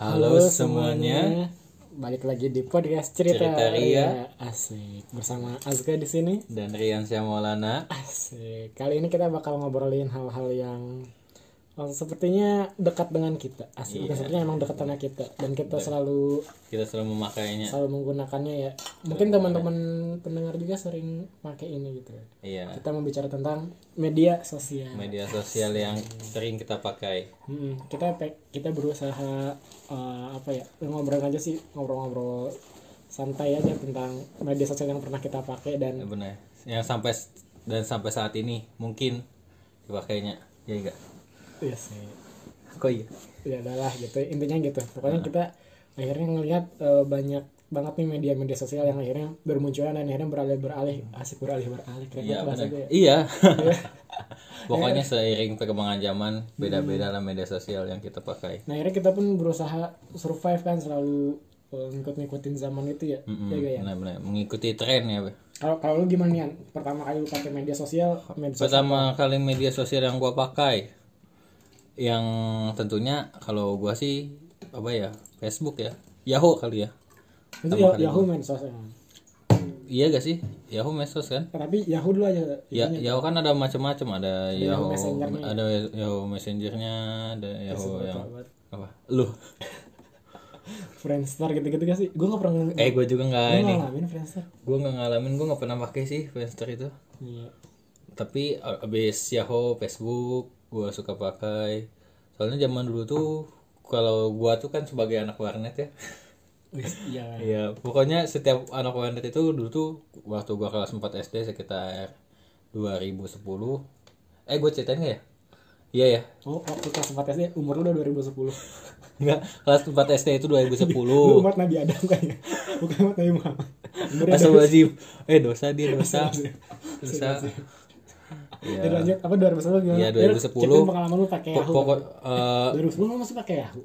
Halo semuanya, Balik lagi di podcast cerita, Cerita Ria. Asik. Bersama Azka di sini. dan Rian Syamolana. Asik. Kali ini kita bakal ngobrolin hal-hal yang oh, sepertinya dekat dengan kita. Asik. Iya. Bukan sepertinya emang dekat sama kita dan kita selalu Kita selalu memakainya. selalu menggunakannya ya. Mungkin teman-teman pendengar juga sering pakai ini gitu. Iya, Kita membicara tentang media sosial. media sosial yang sering kita pakai. Mm-mm. Hmm, kita pe- kita berusaha eh, apa ya ngobrol aja sih ngobrol-ngobrol santai aja tentang media sosial yang pernah kita pakai dan Eh, Benar. Yang sampai dan sampai saat ini mungkin dipakainya. Ya enggak? ya sih Kok iya? ya adalah gitu intinya gitu Nah. pokoknya kita akhirnya ngelihat eh, banyak banget nih media-media sosial yang akhirnya bermunculan dan akhirnya beralih beralih asik beralih beralih keren Hmm. Iya, banget bahasa benar. gue ya. Iya. Pokoknya seiring perkembangan zaman, beda-beda lah media sosial yang kita pakai. nah akhirnya kita pun berusaha survive kan selalu eh, ngikut-ngikutin zaman itu ya Mm-mm, ya gak ya Hmm, Benar-benar mengikuti tren ya. Be. kalau kalau lu gimana Nian? pertama kali lu pakai media sosial media sosial Pertama kali media sosial yang gua pakai yang tentunya kalau gua sih apa ya? Facebook ya. Yahoo kali ya. itu ya, Yahoo medsos ya. Iya gak sih? Yahoo Mesos kan? Nah, tapi Yahoo dulu aja Iya. Ya, Yahoo kan ada macam-macam, ada, Yahoo, Messenger-nya. ada Yahoo Messenger-nya, ada Yahoo yang apa? Lu. Friendster gitu-gitu gak sih? Gue gak pernah ng- Eh, gue juga nggak ini. ngalamin Friendster Gue nggak ngalamin, gue nggak pernah pakai sih Friendster itu. Iya Tapi a- abis Yahoo, Facebook, gue suka pakai. Soalnya zaman dulu tuh kalau gua tuh kan sebagai anak warnet ya. Wis, Iya Iya, pokoknya setiap anak warnet itu dulu tuh waktu gua kelas 4 SD sekitar 2010. Eh, gue ceritain nggak ya? Iya ya. Oh waktu kelas 4 SD umur lu udah 2010 Enggak, kelas 4 SD itu Lu 2010. umat Nabi Adam kayaknya Bukan umat Nabi Muhammad ya. Umurnya Astagfirullahaladzim. Eh, dosa dia, dosa. Dosa. Ya, lanjut apa 2010 gimana? Iya, Ya, lu 2010. ceritain pengalaman lu pakai Po- Yahoo Pokok eh 2010 lu masih pakai Yahoo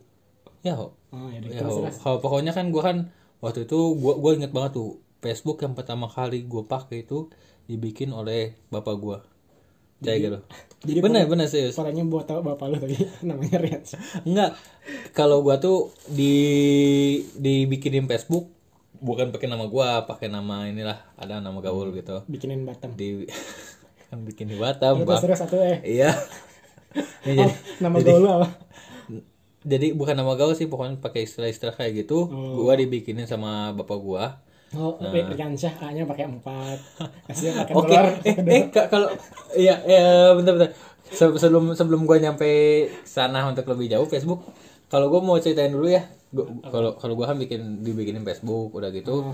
ya, Oh ya, ya deh terus terus kalau pokoknya kan gua kan waktu itu gua gua inget banget tuh Facebook yang pertama kali gua pakai itu dibikin oleh bapak gua. Percaya gak lo? jadi bener bener serius. Suaranya buat tau bapak lu tadi Namanya Rian Enggak. Kalau gua tuh di dibikinin Facebook bukan pakai nama gua, pakai nama inilah ada nama gaul Hmm. gitu. Bikinin Batam Di kan bikin di Batam, Terus Bang. terus satu eh Iya. Ini Oh, jadi, nama gaul lu apa? jadi bukan nama gaul sih, pokoknya pakai istilah-istilah kayak gitu. Gua dibikinin sama bapak gua. Nah. Oh, Rian Syah A-nya pakai 4. S-nya pakai Oke. dolar. Eh, eh ka- kalau iya ya bentar-bentar. Se- Sebelum sebelum gua nyampe sana untuk lebih jauh Facebook, kalau gua mau ceritain dulu ya. Gua- Kalau kalau gua kan bikin dibikinin Facebook udah gitu. Hmm.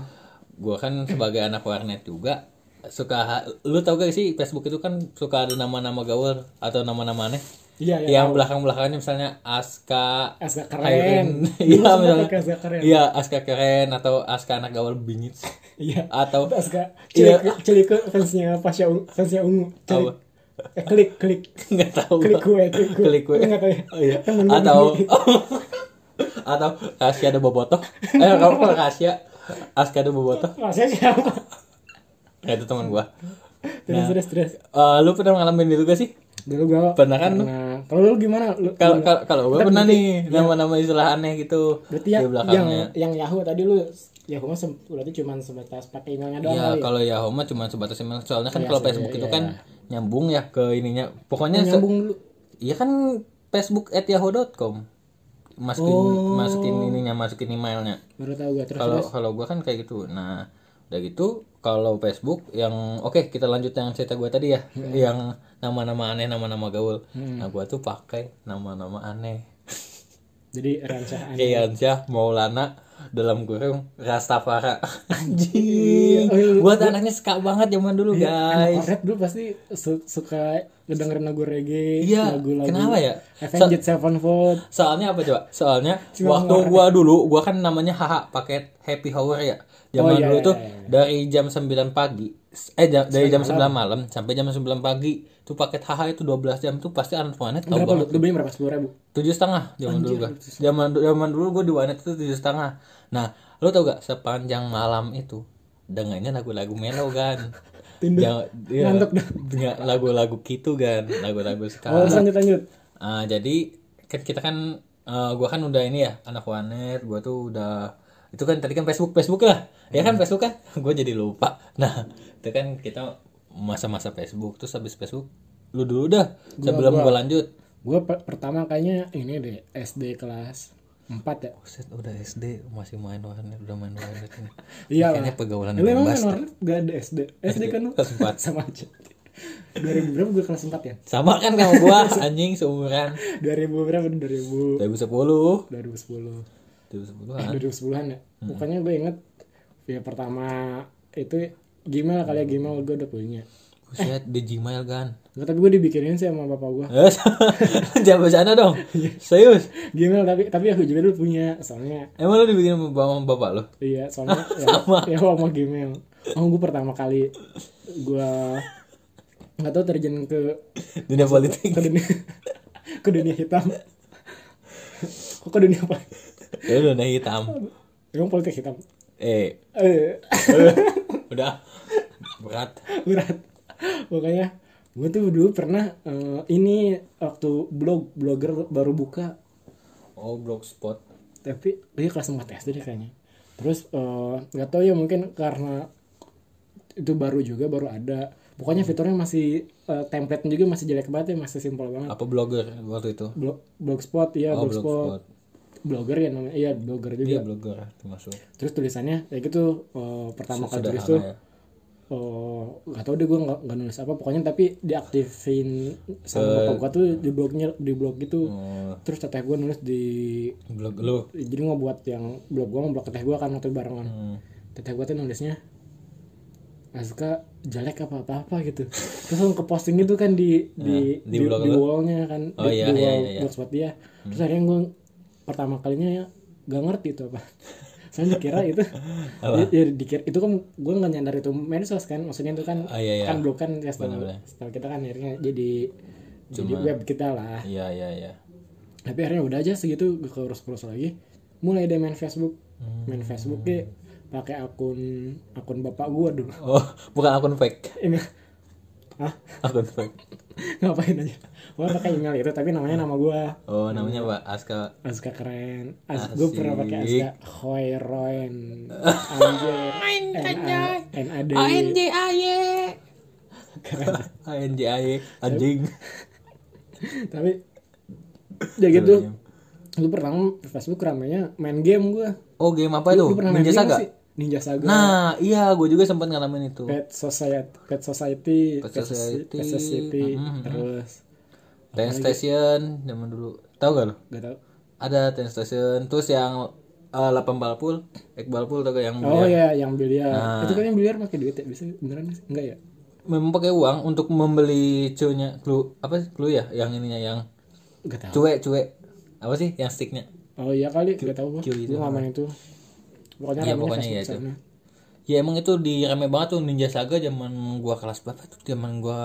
Gua kan sebagai anak warnet juga suka ha- lu tau gak sih Facebook itu kan suka ada nama-nama gaul atau nama-nama aneh Iya, iya. yang belakang-belakangnya misalnya Aska Aska Irene. keren. Iya, Dulu misalnya. sempat pakai Aska keren. Iya, Aska keren atau Aska anak gaul bingit. Iya. atau Aska Iya. celiku, celiku fansnya Pasha Ungu, fansnya Ungu. Celik. Apa? Eh, klik, klik. nggak tahu. Klik gua. kue, klik kue. Klik kue. Lu nggak tahu ya? Oh, iya. Temen gua Atau namanya. atau Aska ada bobotoh. Eh, kamu kalau Aska Aska ada bobotoh. Rasanya siapa? Ya, itu teman gua. Terus, terus, terus. Eh, lu pernah ngalamin itu gak sih? Dulu gua Pernah kan lu? Nah, kalau lu gimana? Lu, Kalau kalau kalau gua pernah nih nama-nama istilah aneh gitu berarti di ya, yang belakangnya. yang Yahoo tadi lu Yahoo mah sem- berarti cuma sebatas pakai emailnya Ya doang. kali Iya kalau Yahoo mah cuma sebatas email. Soalnya kan kalau Facebook itu kan nyambung ya ke ininya. Pokoknya se- Oh, Nyambung dulu. Iya kan Facebook at yahoo.com masukin Oh. masukin ininya masukin emailnya Baru tahu gua terus. kalau kalau gua kan kayak gitu nah udah gitu kalau Facebook yang oke kita lanjut yang cerita gua tadi ya Hmm. yang nama-nama aneh nama-nama gaul nah gua tuh pakai nama-nama aneh Jadi rancah Riansyah Maulana dalam kurung Rastafara anjir Iya. buat anaknya suka banget zaman dulu guys Kornet dulu pasti su- suka ngedengerin lagu reggae, Iya, lagu-lagu kenapa ya? Avenged Sevenfold. Soalnya apa coba? Soalnya waktu gua dulu, gua kan namanya haha paket happy hour ya. Zaman dulu tuh dari jam 9 pagi eh ja- dari jam 9 malam sampai jam 9 pagi tuh paket haha itu 12 jam tuh pasti anak planet tahu Berapa banget. lu? Lu beli berapa? Sepuluh ribu. Tujuh setengah zaman dulu gua. Zaman zaman dulu gua di warnet itu tujuh setengah. Nah, lu tau gak sepanjang malam itu dengannya lagu-lagu melo kan. Jangan, iya, Nggak, lagu-lagu gitu kan, lagu-lagu sekarang. Oh, lanjut lanjut. Ah, jadi kan kita kan eh gue kan udah ini ya anak wanet gue tuh udah itu kan tadi kan Facebook Facebook lah ya Hmm. kan Facebook kan gue jadi lupa nah itu kan kita masa-masa Facebook terus habis Facebook lu dulu dah sebelum gue lanjut Gue pertama kayaknya ini deh SD kelas 4 ya. Buset, udah SD masih main warnet udah main warnet ini Iya lah. kayaknya pergaulan Lu emang bebas main warnet gak ada SD. SD kan lu Kelas empat. sama aja. 2000 berapa gue kelas 4 ya? sama kan sama gue anjing seumuran 2000 berapa? 2000 2010 2010. 2010 Eh, kan 2010-an ya. Pokoknya gue inget ya pertama itu Gmail kali ya Gmail gue udah punya. Buset, di Gmail kan Nggak, tapi gue dibikinin sih sama bapak gue. Eh, Jangan bercanda dong Iya. Serius Gmail tapi tapi aku juga dulu punya soalnya Emang lu dibikin sama bapak, sama bapak lu? Iya, soalnya ya, ya sama Gmail. Oh, gue pertama kali gue nggak tahu terjun ke Dunia politik ke dunia ke dunia hitam. Kok ke dunia apa? Ya udah udah hitam Emang politik hitam. Eh Eh, Udah Berat berat. Makanya gue tuh dulu pernah eh, ini waktu blog blogger baru buka Oh blogspot tapi dia kelas 4 SD deh kayaknya terus eh, nggak tahu ya mungkin karena itu baru juga baru ada pokoknya Hmm. fiturnya masih eh, template juga masih jelek banget ya masih simpel banget Apa blogger waktu itu? blog blogspot ya Oh blogspot blogspot blogger ya namanya iya blogger juga Iya blogger termasuk terus tulisannya kayak gitu eh, pertama kali tulis tuh Sederhana ya eh, nggak tahu deh gue nggak nggak nulis apa pokoknya tapi diaktifin sama bapak gue tuh di blognya di blog gitu Oh, terus teteh gue nulis di Blog lu jadi ngebuat yang blog gue sama blog teteh gue kan waktu itu barengan Hmm. teteh gue tuh nulisnya Aska jelek apa apa apa gitu terus langsung ke posting itu kan di di Nah, di di, blog di lu? wallnya kan Oh, di, iya, di iya, wall iya, iya. blogspot dia terus akhirnya gue pertama kalinya ya, gak ngerti itu apa saya dikira itu ya, ya, dikira itu kan gue nggak nyadar itu medsos kan maksudnya itu kan Ah, iya, iya. kan blog kan ya, setahu Benar-benar. setahu kita kan akhirnya jadi jadi web kita lah Iya iya iya tapi akhirnya udah aja segitu gue kurus-kurus lagi mulai deh main Facebook Hmm. main Facebook deh pakai akun akun bapak gua dulu Oh bukan akun fake ini ah Akun fake ngapain aja gua pakai email itu tapi namanya nama gua Oh namanya Pak Aska Aska keren As gue Ah, pernah pakai Asik. Aska Hoiroen Anjay NAD NAD keren ANJAY Anjing tapi ya gitu iya. lu pertama Facebook ramenya main game gua Oh game apa itu? lu pernah main Ninja game Saga? nggak sih? Ninja Saga Nah, iya, gue juga sempat ngalamin itu. Pet Society, Pet Society, Gitu. Pet Pet Society, Society. Hmm, Pet Society, terus Train Station zaman dulu. Tahu gak lo? gak tau. Ada Train Station, terus yang eh, lapan balpul, ekbal pul atau yang Nah. Oh dia ya, yang biliar. Itu kan yang biliar pakai duit ya, bisa beneran sih? Enggak ya? memang pakai uang untuk membeli cunya, clue apa sih? clue ya? Yang ininya yang Gak tau. cuek cuek apa sih? Yang sticknya? Oh iya kali, gak tau gua. Q itu Gua nggak main itu. Pokoknya Iya, ramenya pokoknya Facebook iya itu. sana. Ya emang itu di rame banget tuh Ninja Saga zaman gua kelas berapa tuh? Zaman gua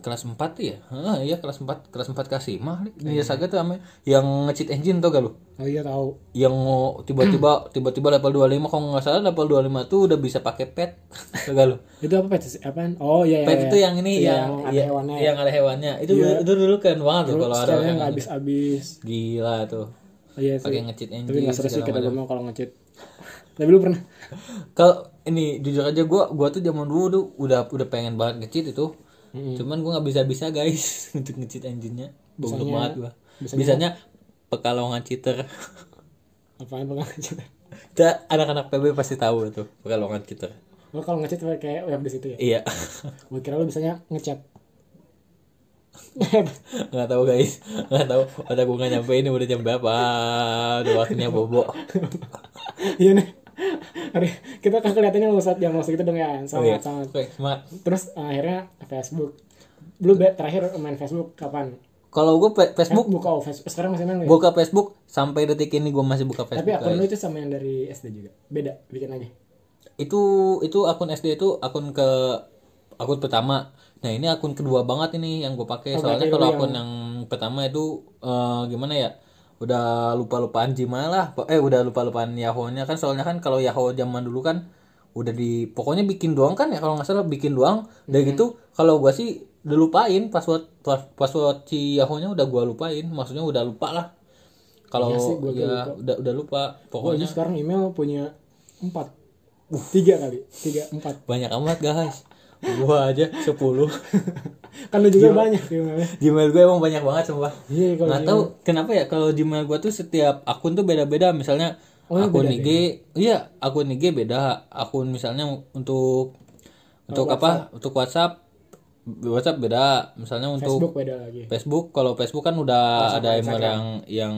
kelas 4 tuh ya? Heeh, iya kelas 4, kelas 4 kasih mah Iya. Ninja Saga tuh rame yang cheat engine tau gak lu? Oh iya tahu. yang mau Hmm. tiba-tiba tiba-tiba level 25 kalau nggak salah level 25 tuh udah bisa pakai pet enggak lo Itu apa pet apaan? Oh iya iya. pet iya. itu yang ini Iya, yang ada ya- hewannya. yang ada hewannya itu itu dulu keren banget tuh kalau ada Setelahnya yang nggak habis-habis. gila tuh Iya sih. pakai ngecheat Tapi engine nggak seru sih segala kita macam. ngomong kalau ngecit. Tapi lu pernah? kalau ini jujur aja gua gua tuh zaman dulu tuh udah udah pengen banget ngecheat itu cuman gua nggak bisa bisa guys untuk ngecheat engine-nya goblok Bisanya- banget gua bisanya pekalongan cheater Apaan pernah ngecit? Dah, anak-anak PB pasti tahu tuh pekalongan cheater Lo kalau ngecit pakai web di situ ya? iya Gue kira lu bisanya ngechat. nggak tahu guys nggak tahu otak gue nggak nyampe ini udah jam berapa udah waktunya bobo Iya nih. Hari kita kan kelihatannya lulusan jam masuk itu dong ya. Oke, Sangat sangat. oke semangat Terus eh, akhirnya Facebook. Lu be- terakhir main Facebook kapan? kalau gue Facebook Buka oh, Facebook. Sekarang masih main lu ya? buka Facebook sampai detik ini gue masih buka Tapi Facebook iya. guys. akun lu itu sama yang dari SD juga. Beda, bikin aja. itu itu akun SD itu akun ke akun pertama nah ini akun kedua banget ini yang gue pakai Oh, soalnya kalau akun yang pertama itu eh, gimana ya udah lupa lupaan Gmail lah eh udah lupa lupaan Yahoo-nya kan soalnya kan kalau Yahoo zaman dulu kan udah di pokoknya bikin doang kan ya kalau nggak salah bikin doang dari gitu kalau gua sih udah lupain password pas- password si Yahoo-nya udah gua lupain maksudnya udah lupa lah kalau Iya sih, gua ya, juga udah udah lupa Gue aja pokoknya sekarang email punya empat, Uh. tiga kali, tiga empat. banyak amat guys gua aja 10 Kan lu juga banyak emailnya. Gmail gue emang banyak banget sumpah Iya kalau nggak Gmail. tahu kenapa ya kalau Gmail gue tuh setiap akun tuh beda-beda misalnya Oh, akun IG iya akun IG beda akun misalnya untuk untuk apa untuk WhatsApp WhatsApp beda misalnya untuk Facebook Oh, beda lagi. Facebook kalau Facebook kan udah ada email yang yang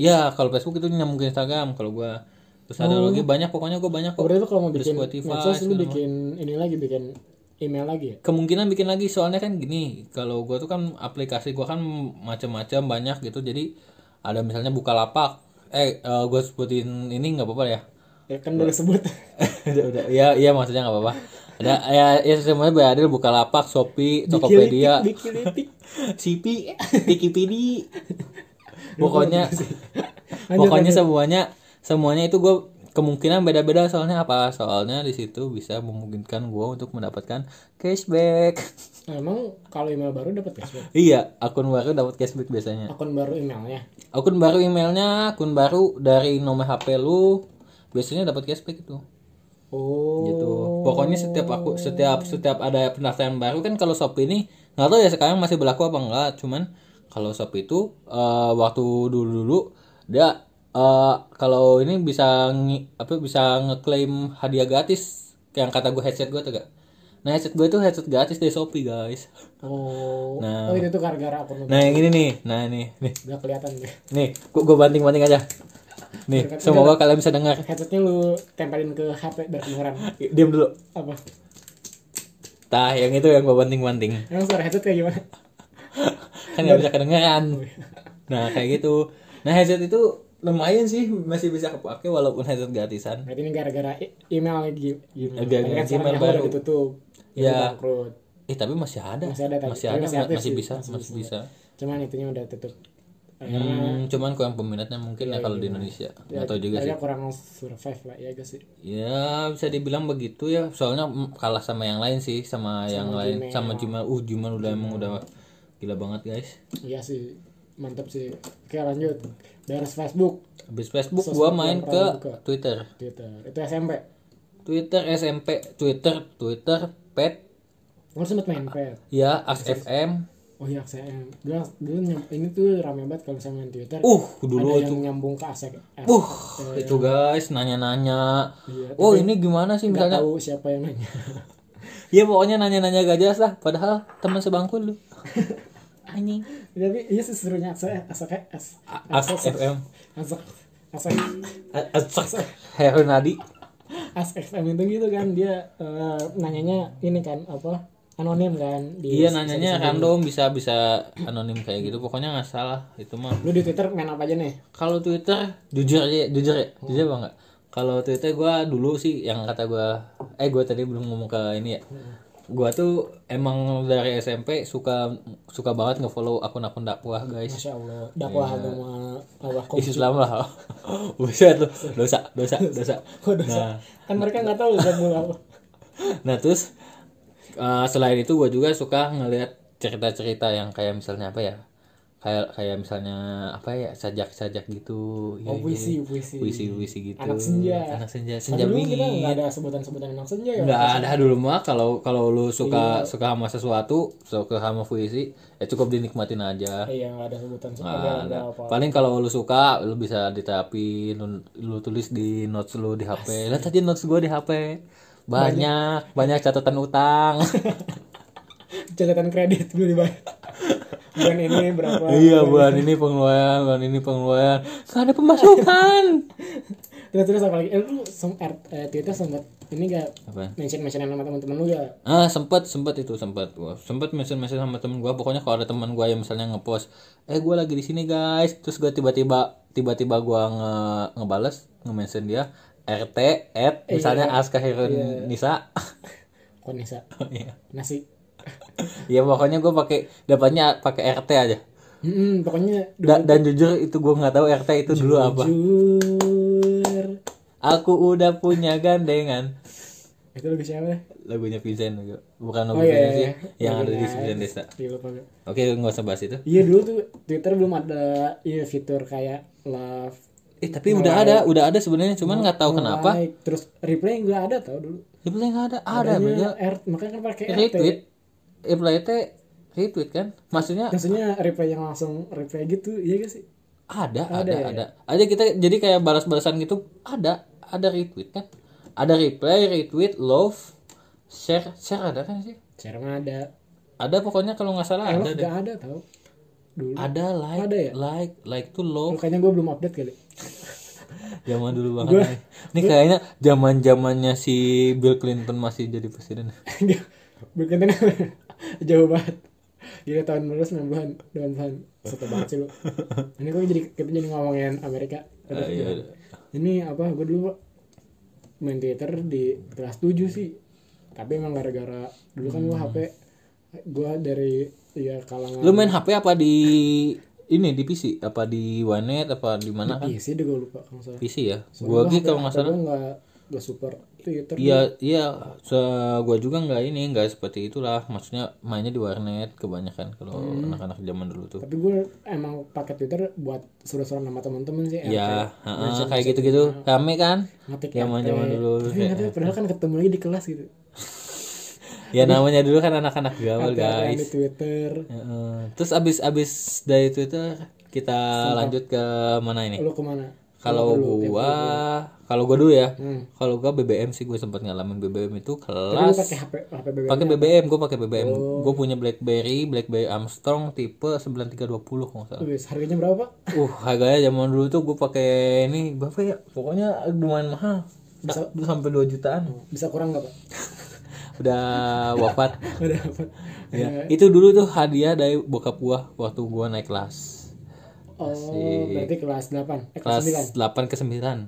ya kalau Facebook itu nyambung ke Instagram kalau gua terus ada Oh. lagi banyak pokoknya gue banyak kok Berarti lu kalau mau bikin Oh, Spotify, medsos lu bikin ini lagi bikin email lagi ya? kemungkinan bikin lagi soalnya kan gini kalau gua tuh kan aplikasi gua kan macam-macam banyak gitu jadi ada misalnya Bukalapak eh eh, gua sebutin ini nggak apa-apa ya Ya kan udah sebut. udah, udah. ya iya maksudnya nggak apa-apa ada ya ya semuanya banyak ada Bukalapak Shopee Tokopedia Dikilitik. CP Wikipedia pokoknya pokoknya semuanya semuanya itu gue kemungkinan beda-beda soalnya apa soalnya di situ bisa memungkinkan gua untuk mendapatkan cashback Nah, Emang kalau email baru dapat cashback? Iya, akun baru dapat cashback biasanya. Akun baru emailnya. Akun baru emailnya, akun baru dari nomor HP lu biasanya dapat cashback itu. Oh. Gitu. Pokoknya setiap aku setiap setiap ada pendaftaran baru kan kalau Shopee ini nggak tahu ya sekarang masih berlaku apa enggak, cuman kalau Shopee itu eh, waktu dulu-dulu dia eh, kalau ini bisa ngi- apa bisa ngeklaim hadiah gratis yang kata gue headset gue tuh gak. Nah, headset gue tuh headset gratis dari Shopee, guys. Oh. Nah. Oh itu tuh gara-gara akun lu. Nah, yang ini nih. Nah, ini nih. Udah kelihatan deh. Nih, gua, gua banting-banting aja. Nih, semoga kalian bisa dengar. Headsetnya lu tempelin ke HP biar kedengeran. Diam dulu. Apa? Tah, yang itu yang gua banting-banting. Emang suara headset kayak gimana? Kan nggak bisa kedengeran. Nah, kayak gitu. Nah, headset itu lumayan sih masih bisa kepake walaupun headset gratisan. Berarti ini gara-gara e- email lagi gimana? Eh, Gara-gara Tapi kan sekarang email Yahoo baru. udah ditutup. Yahoo Ya. bangkrut. Eh, tapi masih ada. Masih ada, tapi- masih, tapi ada, masih aktif masih sih, bisa, masih masih bisa. Cuman itunya udah tutup. Hmm, cuman kurang peminatnya mungkin ya Iya, kalau di Indonesia. Nggak tahu juga sih. Kayaknya kurang survive lah ya gak sih? Ya, bisa dibilang begitu ya. Soalnya mm, kalah sama yang lain sih, sama, yang lain sama Jumal. Uh, Jumal udah emang udah gila banget, guys. Iya sih. Mantap sih. Oke lanjut. Dari Facebook, Habis Facebook gua main ke Twitter. Twitter. Itu SMP. Twitter SMP, Twitter, Twitter, Pet, Gue sempet main pet. ya AXFM. Oh iya, saya dulu, dulu nyam- ini tuh rame banget kalau saya main Twitter. Uh, dulu ada yang nyambung ke asek. Eh, uh itu guys nanya-nanya. Oh, ini gimana sih Iya, misalnya? nggak tahu siapa yang nanya. Ya pokoknya nanya-nanya gak jelas lah, padahal teman sebangku lu. Anjing. Tapi iya sih serunya asek asek as AXFM. asek asek Asek Herunadi. asek FM itu gitu kan dia eh, nanyanya ini kan apa anonim kan di Iya nanyanya random bisa bisa anonim kayak gitu. Pokoknya nggak salah itu mah. lu di Twitter main apa aja nih? Kalau Twitter jujur aja, ya, jujur ya, jujur apa enggak? Kalau Twitter gua dulu sih yang kata gua eh gua tadi belum ngomong ke ini ya. Gua tuh emang dari SMP suka suka banget ngefollow akun-akun dakwah, guys. Masya Allah dakwah Iya. agama Allah kok Islam lah. Buset lu, dosa, dosa, dosa. Nah, kan mereka nggak tahu udah mulai apa. nah terus eh, selain itu gue juga suka ngelihat cerita-cerita yang kayak misalnya apa ya kayak kayak misalnya apa ya sajak-sajak gitu Iya, iya. Oh, puisi puisi. puisi-puisi gitu Anak senja. anak senja Tapi senja dulu kita dingin nggak ada sebutan-sebutan anak senja ya. nggak ada dulu mah kalau kalau lu Iya. suka suka sama sesuatu suka sama puisi ya cukup dinikmatin aja Iya nggak ada sebutan suka Nggak nggak ada. ada apa. paling kalau lu suka lu bisa diterapin lu, lu tulis di notes lu di HP lihat aja notes gua di HP banyak banyak catatan utang Catatan kredit dulu dibayar. Bulan ini berapa? iya bulan ini pengeluaran bulan ini pengeluaran nggak ada pemasukan Terus terus apa lagi? Eh, lu sem er- eh, Twitter sempat ini gak apa mention mentionan sama teman-teman lu gak? Ah, sempat sempat itu sempat gua. Sempat message-message sama temen gua. Pokoknya kalau ada teman gua yang misalnya ngepost, "Eh, gua lagi di sini, guys." Terus gua tiba-tiba tiba-tiba gua nge ngebales, nge-mention dia RT at misalnya Aska Herun Nisa. Kok Nisa? Iya. Nasi. ya pokoknya gua pakai dapatnya pakai RT aja. Hmm, pokoknya Da- dan jujur itu gua nggak tahu RT itu dulu apa. jujur. Aku udah punya gandengan. Eh, itu lagu siapa deh? lagunya Vincent juga gitu. bukan lagu Oh, iya, Vincent sih iya, iya. yang ada di Lagunya Vincent Desa Iya, lupa gue. oke nggak usah bahas itu Iya dulu tuh Twitter belum ada iya fitur kayak love eh tapi udah ada udah ada sebenarnya cuman nggak tahu kenapa like. terus reply nggak ada tau dulu reply nggak ada ada Iya. beda Adanya R, makanya kan pakai RT retweet reply teh retweet kan maksudnya maksudnya reply yang langsung reply gitu iya gak sih ada ada iya. ada aja kita jadi kayak balas-balasan gitu ada ada retweet kan ada reply retweet love share share ada kan sih share mah ada ada pokoknya kalau nggak salah love ada deh nggak ada tau dulu ada like Ada ya? like like tuh love makanya gue belum update kali zaman dulu banget nih. ini kayaknya zaman zamannya si Bill Clinton masih jadi presiden Nggak, bukan tenang. jauh banget Gila tahun dulu 90-an 90-an Satu banget sih lu Ini kok jadi kita jadi ngomongin Amerika Eh, iya, ada. Ini apa gue dulu main Twitter di kelas 7 sih Tapi emang gara-gara Dulu kan gue Hmm. HP Gue dari ya kalangan lu main HP apa di ini di PC apa di Wanet apa di mana kan PC Iya deh gue lupa kalau nggak salah PC ya gua gitu kalau nggak salah Gue nggak nggak super Twitter Iya, iya. Se gua juga nggak ini, nggak seperti itulah. Maksudnya mainnya di warnet kebanyakan kalau anak-anak zaman dulu tuh. Tapi gue emang pakai Twitter buat seru-seruan sama temen-temen sih Iya, heeh, kayak gitu-gitu. Rame kan? ngetik Zaman-zaman dulu. Tapi nggak tahu, padahal kan ketemu lagi di kelas gitu. Ya namanya dulu kan anak-anak gaul, Ada yang guys. di Twitter, Heeh. Terus abis-abis dari Twitter kita lanjut ke mana ini? lu kemana? Kalau gua, kalau gua dulu ya. Hmm. Kalau gua BBM sih gua sempat ngalamin BBM itu Tapi lu kelas pakai HP, HP BBM. pakai BBM, gua pakai BBM. Gua punya BlackBerry, BlackBerry Armstrong tipe 9320 kalau nggak salah. Wis, harganya berapa? Uh, harganya zaman dulu tuh gue pakai ini berapa ya? Pokoknya lumayan mahal. Bisa sampai 2 jutaan. Bisa kurang nggak pak? Udah wafat. Ada apa? ya. Itu dulu tuh hadiah dari bokap gua waktu gua naik kelas. Oh, berarti kelas 8 Eh, Kelas kelas 9 8 ke 9. Ah,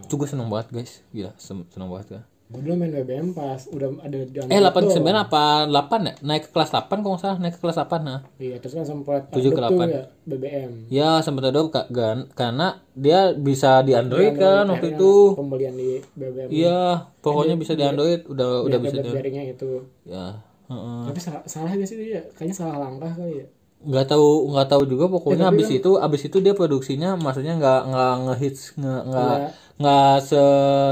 Itu gue seneng banget, guys. Gila, sen- seneng banget gua. gua dulu main BBM pas udah ada di Eh, 8 ke 9 apa 8 ya? Naik ke kelas 8 kalau nggak salah, naik ke kelas 8 nah. Iya, terus kan sempat Tujuh ke adopt tuh ya, BBM. Ya, sempat ada Kak, Gan, karena dia bisa di Android kan waktu itu. Pembelian di BBM. Iya, pokoknya bisa di Android, udah udah bisa Bisa di jaringnya itu. Ya. heeh. Tapi salah, salah gak sih itu ya? Kayaknya salah langkah kali ya. nggak tahu nggak tahu juga pokoknya abis itu abis itu dia produksinya maksudnya nggak nggak ngehits nggak nggak nggak se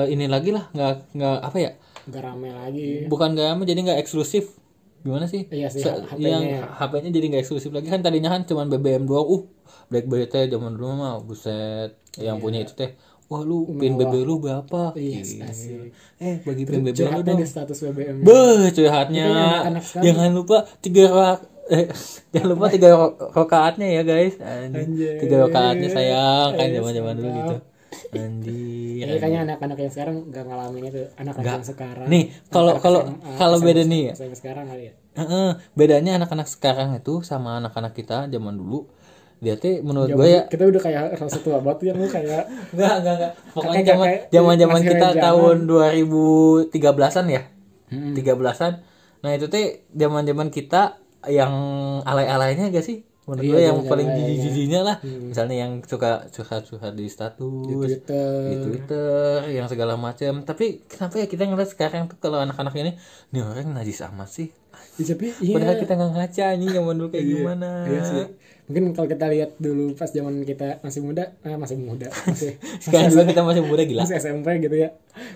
ini lagi lah nggak nggak apa ya Gak rame lagi. bukan nggak ama, jadi nggak eksklusif gimana sih Iya sih, Se- HP-nya yang HP-nya jadi nggak eksklusif lagi kan tadinya kan cuman BBM doang uh BlackBerry teh zaman dulu mah buset yang punya itu teh wah lu pin BB lu berapa Iya, asik. eh bagi pin BB lu Curhatnya di status BBM. Beh, curhatnya. anak-anak sekali. Jangan lupa tiga rak eh, jangan lupa tiga ro- rokaatnya ya guys. Anjir. Tiga rokaatnya sayang Iya, kan zaman-zaman dulu gitu. Anjir. Ini Iya, kayaknya anak-anak yang sekarang gak ngalamin itu. Anak-anak yang sekarang. Nih, kalau kalau kalau beda nih ya. Sampai sekarang kali ya. Heeh, bedanya anak-anak sekarang itu sama anak-anak kita zaman dulu. Dia teh menurut gue ya Kita udah kayak rasa tua banget ya. Lu kayak Enggak, enggak, enggak. Pokoknya Kakek-kakek zaman zaman-zaman masih Hmm. kita rejaman. tahun 2013-an ya. 13-an. Nah, itu teh zaman-zaman kita yang alay-alaynya gak sih? Menurut gue Iya, yang paling jijik-jijiknya lah. Misalnya yang suka curhat-curhat di status, Hmm. Twitter. di Twitter, yang segala macam. Tapi kenapa ya kita ngeliat sekarang tuh kalau anak-anak ini, nih orang najis amat sih. Ya, tapi iya. Padahal kita nggak ngaca anjing zaman dulu kayak gimana. Iya sih. Mungkin kalau kita lihat dulu pas zaman kita masih muda, eh, masih muda, masih, Sekarang dulu kita masih muda gila. masih SMP gitu ya.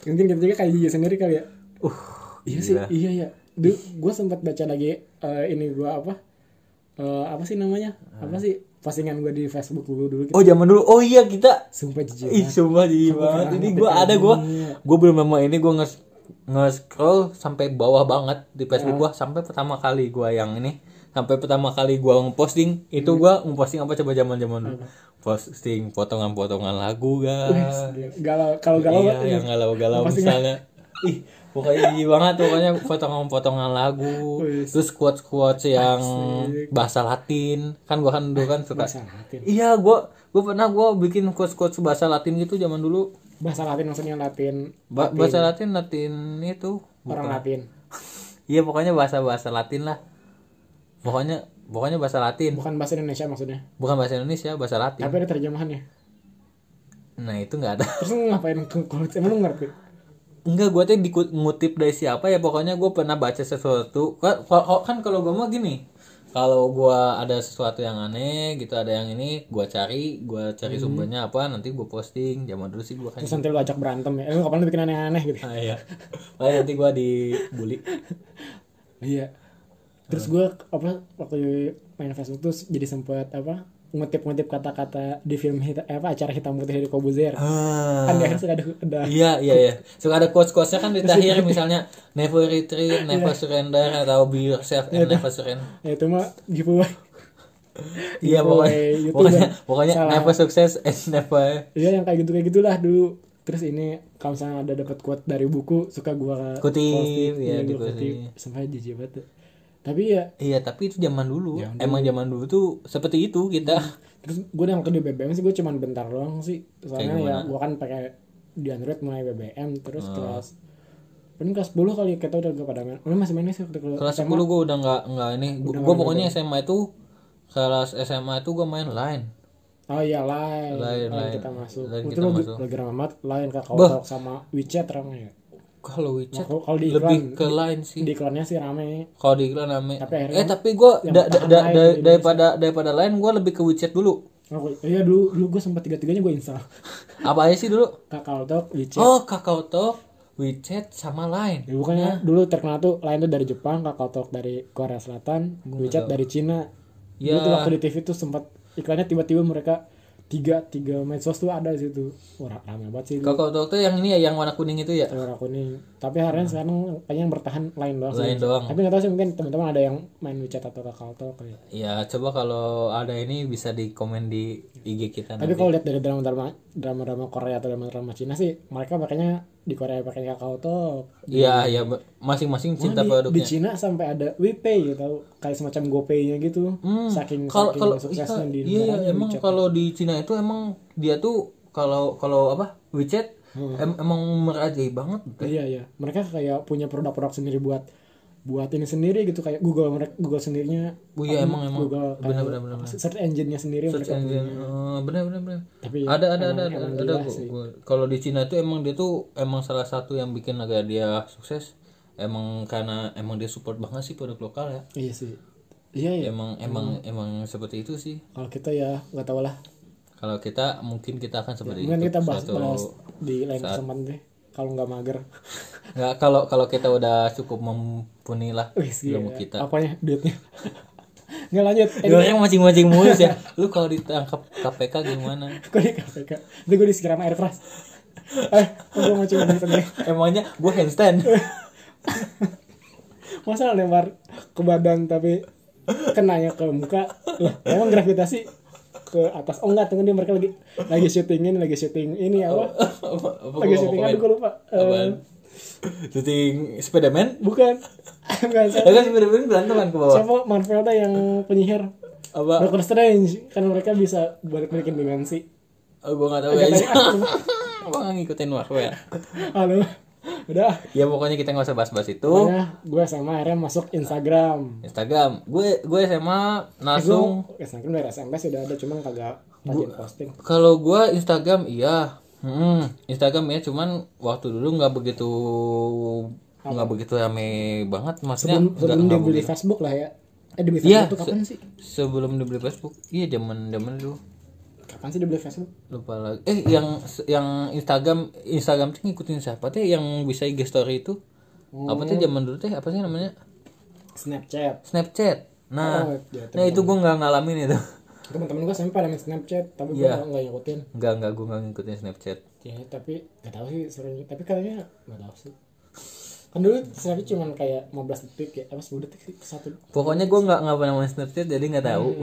Mungkin kita juga kayak jijik sendiri kali ya. Uh, Iya sih, iya ya. Duh, gue sempat baca lagi eh, ini gue apa? Eh, apa sih namanya? Ah. Apa sih postingan gue di Facebook dulu dulu? Gitu. Oh, zaman dulu. Oh iya, kita Sumpah jijik. Ih, sumpah jijik banget. Ini gue ada gue, gue belum lama ini gue nge nge scroll sampai bawah banget di Facebook gue sampai pertama kali gue yang ini sampai pertama kali gue ngeposting itu gue ngeposting apa coba zaman zaman dulu posting potongan-potongan lagu guys Galau, kalau galau iya yang galau-galau misalnya ih pokoknya jijik banget pokoknya potongan-potongan lagu terus quotes-quotes yang bahasa Latin kan gue kan dulu kan suka bahasa Latin. Iya, gua gua pernah gua bikin quotes-quotes bahasa Latin gitu zaman dulu. Bahasa Latin maksudnya Latin Ba- bahasa Latin Latin itu. orang Latin. Iya, pokoknya bahasa-bahasa Latin lah. Pokoknya pokoknya bahasa Latin, Bukan bahasa Indonesia maksudnya. bukan bahasa Indonesia, bahasa Latin. Tapi ada terjemahannya. Nah, itu nggak ada. Terus lu ngapain ke- kalau emang lu ngerti? enggak gue teh dikut ngutip dari siapa ya pokoknya gue pernah baca sesuatu Ka- ka- kan kalau gue mah gini kalau gue ada sesuatu yang aneh gitu ada yang ini gue cari gue cari sumbernya apa nanti gue posting zaman dulu sih gue kayak Terus nanti lu ajak berantem ya. Eh, lu kapan lu bikin aneh-aneh gitu. ah, iya Makanya nanti gue dibully Iya. Terus gue apa waktu main Facebook tuh jadi sempat apa ngutip-ngutip kata-kata di film hita- eh, apa acara hitam putih dari Kobuzer. ah, Kan di akhir suka ada, ada iya iya iya suka ada quotes quotesnya kan di akhir misalnya never retreat never surrender atau be yourself and never surrender ya itu mah giveaway. Iya pokoknya, Giveaway ya. YouTuber. pokoknya, pokoknya Salah. never sukses and never Iya yang kayak gitu kayak gitulah dulu. Terus ini kalau misalnya ada dapat quote dari buku suka gua Kutip, posting, iya, iya, gua dikutip. Sampai jijik banget. tuh. Tapi ya Iya tapi itu zaman dulu. Emang zaman dulu tuh seperti itu kita. terus gue yang ke di BBM sih gue cuman bentar doang sih soalnya ya gue kan pakai di Android mulai BBM terus Oh. kelas paling kelas 10 kali kita udah gak pada main Oh, lu masih main sih waktu kelas Kelas 10 gue udah nggak nggak ini. Gue pokoknya SMA itu kelas SMA itu gue main line. oh iya lain Lain, lain, lain. kita masuk Lain itu kita lagi, masuk. lagi ramai banget lain kak kalau sama WeChat ramai ya Kalau WeChat kalau kalau di iklan gitu. lebih ke line sih. di iklannya sih ramai Kalau di iklan rame. akhirnya eh tapi gue yang da- da- tahan da- line da- di daripada daripada line gue lebih ke WeChat dulu. oh, iya dulu dulu gue sempat tiga tiganya gue install Apa aja sih dulu? kakak Talk, WeChat Oh Kakao Talk, WeChat sama line. Ya, bukannya dulu terkenal tuh lain tuh dari Jepang, Kakao Talk dari Korea Selatan, WeChat dari Cina. Ya. Dulu tuh waktu di TV tuh sempat iklannya tiba-tiba mereka tiga tiga medsos tuh ada di situ. Wah rame banget sih itu Kakao Talk tuh yang ini ya yang warna kuning itu ya. telur kuning. Tapi akhirnya sekarang kayaknya yang bertahan lain doang. sih. Line Nah. doang. Tapi nggak tahu sih mungkin teman-teman ada yang main WeChat atau Kakao Talk kali. Ya coba kalau ada ini bisa di komen di IG kita. Tapi nanti. kalau lihat dari drama-drama drama-drama Korea atau drama-drama Cina sih mereka pakainya di Korea pakai Kakao Talk. Iya, iya, be- masing-masing cinta Di, di produknya. Cina sampai ada WePay gitu, kayak semacam GoPay-nya gitu. Saking Kalau saking kalau iya, suksesnya di iya, negaranya emang WeChat. kalau di Cina itu emang dia tuh kalau kalau apa WeChat Hmm. em- emang merajai banget. Iya iya, mereka kayak punya produk-produk sendiri buat buat ini sendiri gitu kayak Google mereka Google sendirinya Bu ya emang emang Google benar kayak benar benar. apa, search engine-nya sendiri Search mereka. engine, eh, benar benar benar. Tapi Ada ada ada ada, ada gua- gua. Kalau di Cina itu emang dia tuh emang salah satu yang bikin agak dia sukses. Emang karena emang dia support banget sih produk lokal ya. iya sih. Iya iya. Emang emang emang seperti itu sih. Kalau kita ya nggak tahu lah. Kalau kita mungkin kita akan seperti Mungkin itu. kita bahas suatu- bahas di lain kesempatan deh kalau nggak mager. Nggak, kalau kalau kita udah cukup mumpuni lah Wih, sih. ilmu kita. Apanya duitnya? nggak lanjut. Eh, Lu orang mancing-mancing mulus ya. Lu kalau ditangkap KPK gimana? gue di KPK. Itu gue disiram air keras. Eh, gue mau coba sendiri. Emangnya gua handstand. masa lempar ke badan tapi kenanya ke muka lah emang gravitasi ke atas oh enggak tunggu dia mereka lagi lagi syutingin lagi syuting ini apa apa apa lagi gua mau syuting komen? aduh gue lupa Eh, Apaan? Syuting Spiderman? bukan bukan siapa Ya kan Spiderman berantem kan ke bawah. siapa Marvelda yang penyihir Apa? Doctor Strange kan mereka bisa balik balikin dimensi Oh, gua nggak tahu guys. Gua nggak ngikutin Marvel. halo udah Ya pokoknya kita nggak usah bahas-bahas itu. pokoknya gue sama akhirnya masuk Instagram Instagram. Gue gue SMA gue langsung Ya, Instagram dari SMP sudah ada cuman kagak rajin posting Kalau gua Instagram iya, Mm-mm. Instagram ya cuman waktu dulu nggak begitu nggak begitu rame banget maksudnya sebelum nggak- sebelum dia nggak beli begitu. Facebook lah ya eh dibeli Iya, Facebook tuh kapan sih sebelum dibeli Facebook iya zaman zaman dulu kapan sih dibeli Facebook lupa lagi eh yang yang Instagram Instagram tuh ngikutin siapa teh yang bisa IG story itu apa Oh. tuh zaman dulu teh apa sih namanya Snapchat Snapchat nah Oh, iya, nah itu gua nggak ngalamin itu teman-teman gue sampai pada main Snapchat tapi gue Iya. nggak nggak ngikutin nggak nggak gua nggak ngikutin Snapchat ya tapi nggak tahu sih seru tapi katanya nggak tahu sih kan dulu Snapchat cuma kayak 15 detik ya apa 10 detik sih satu pokoknya gua nggak nggak pernah main Snapchat jadi nggak tahu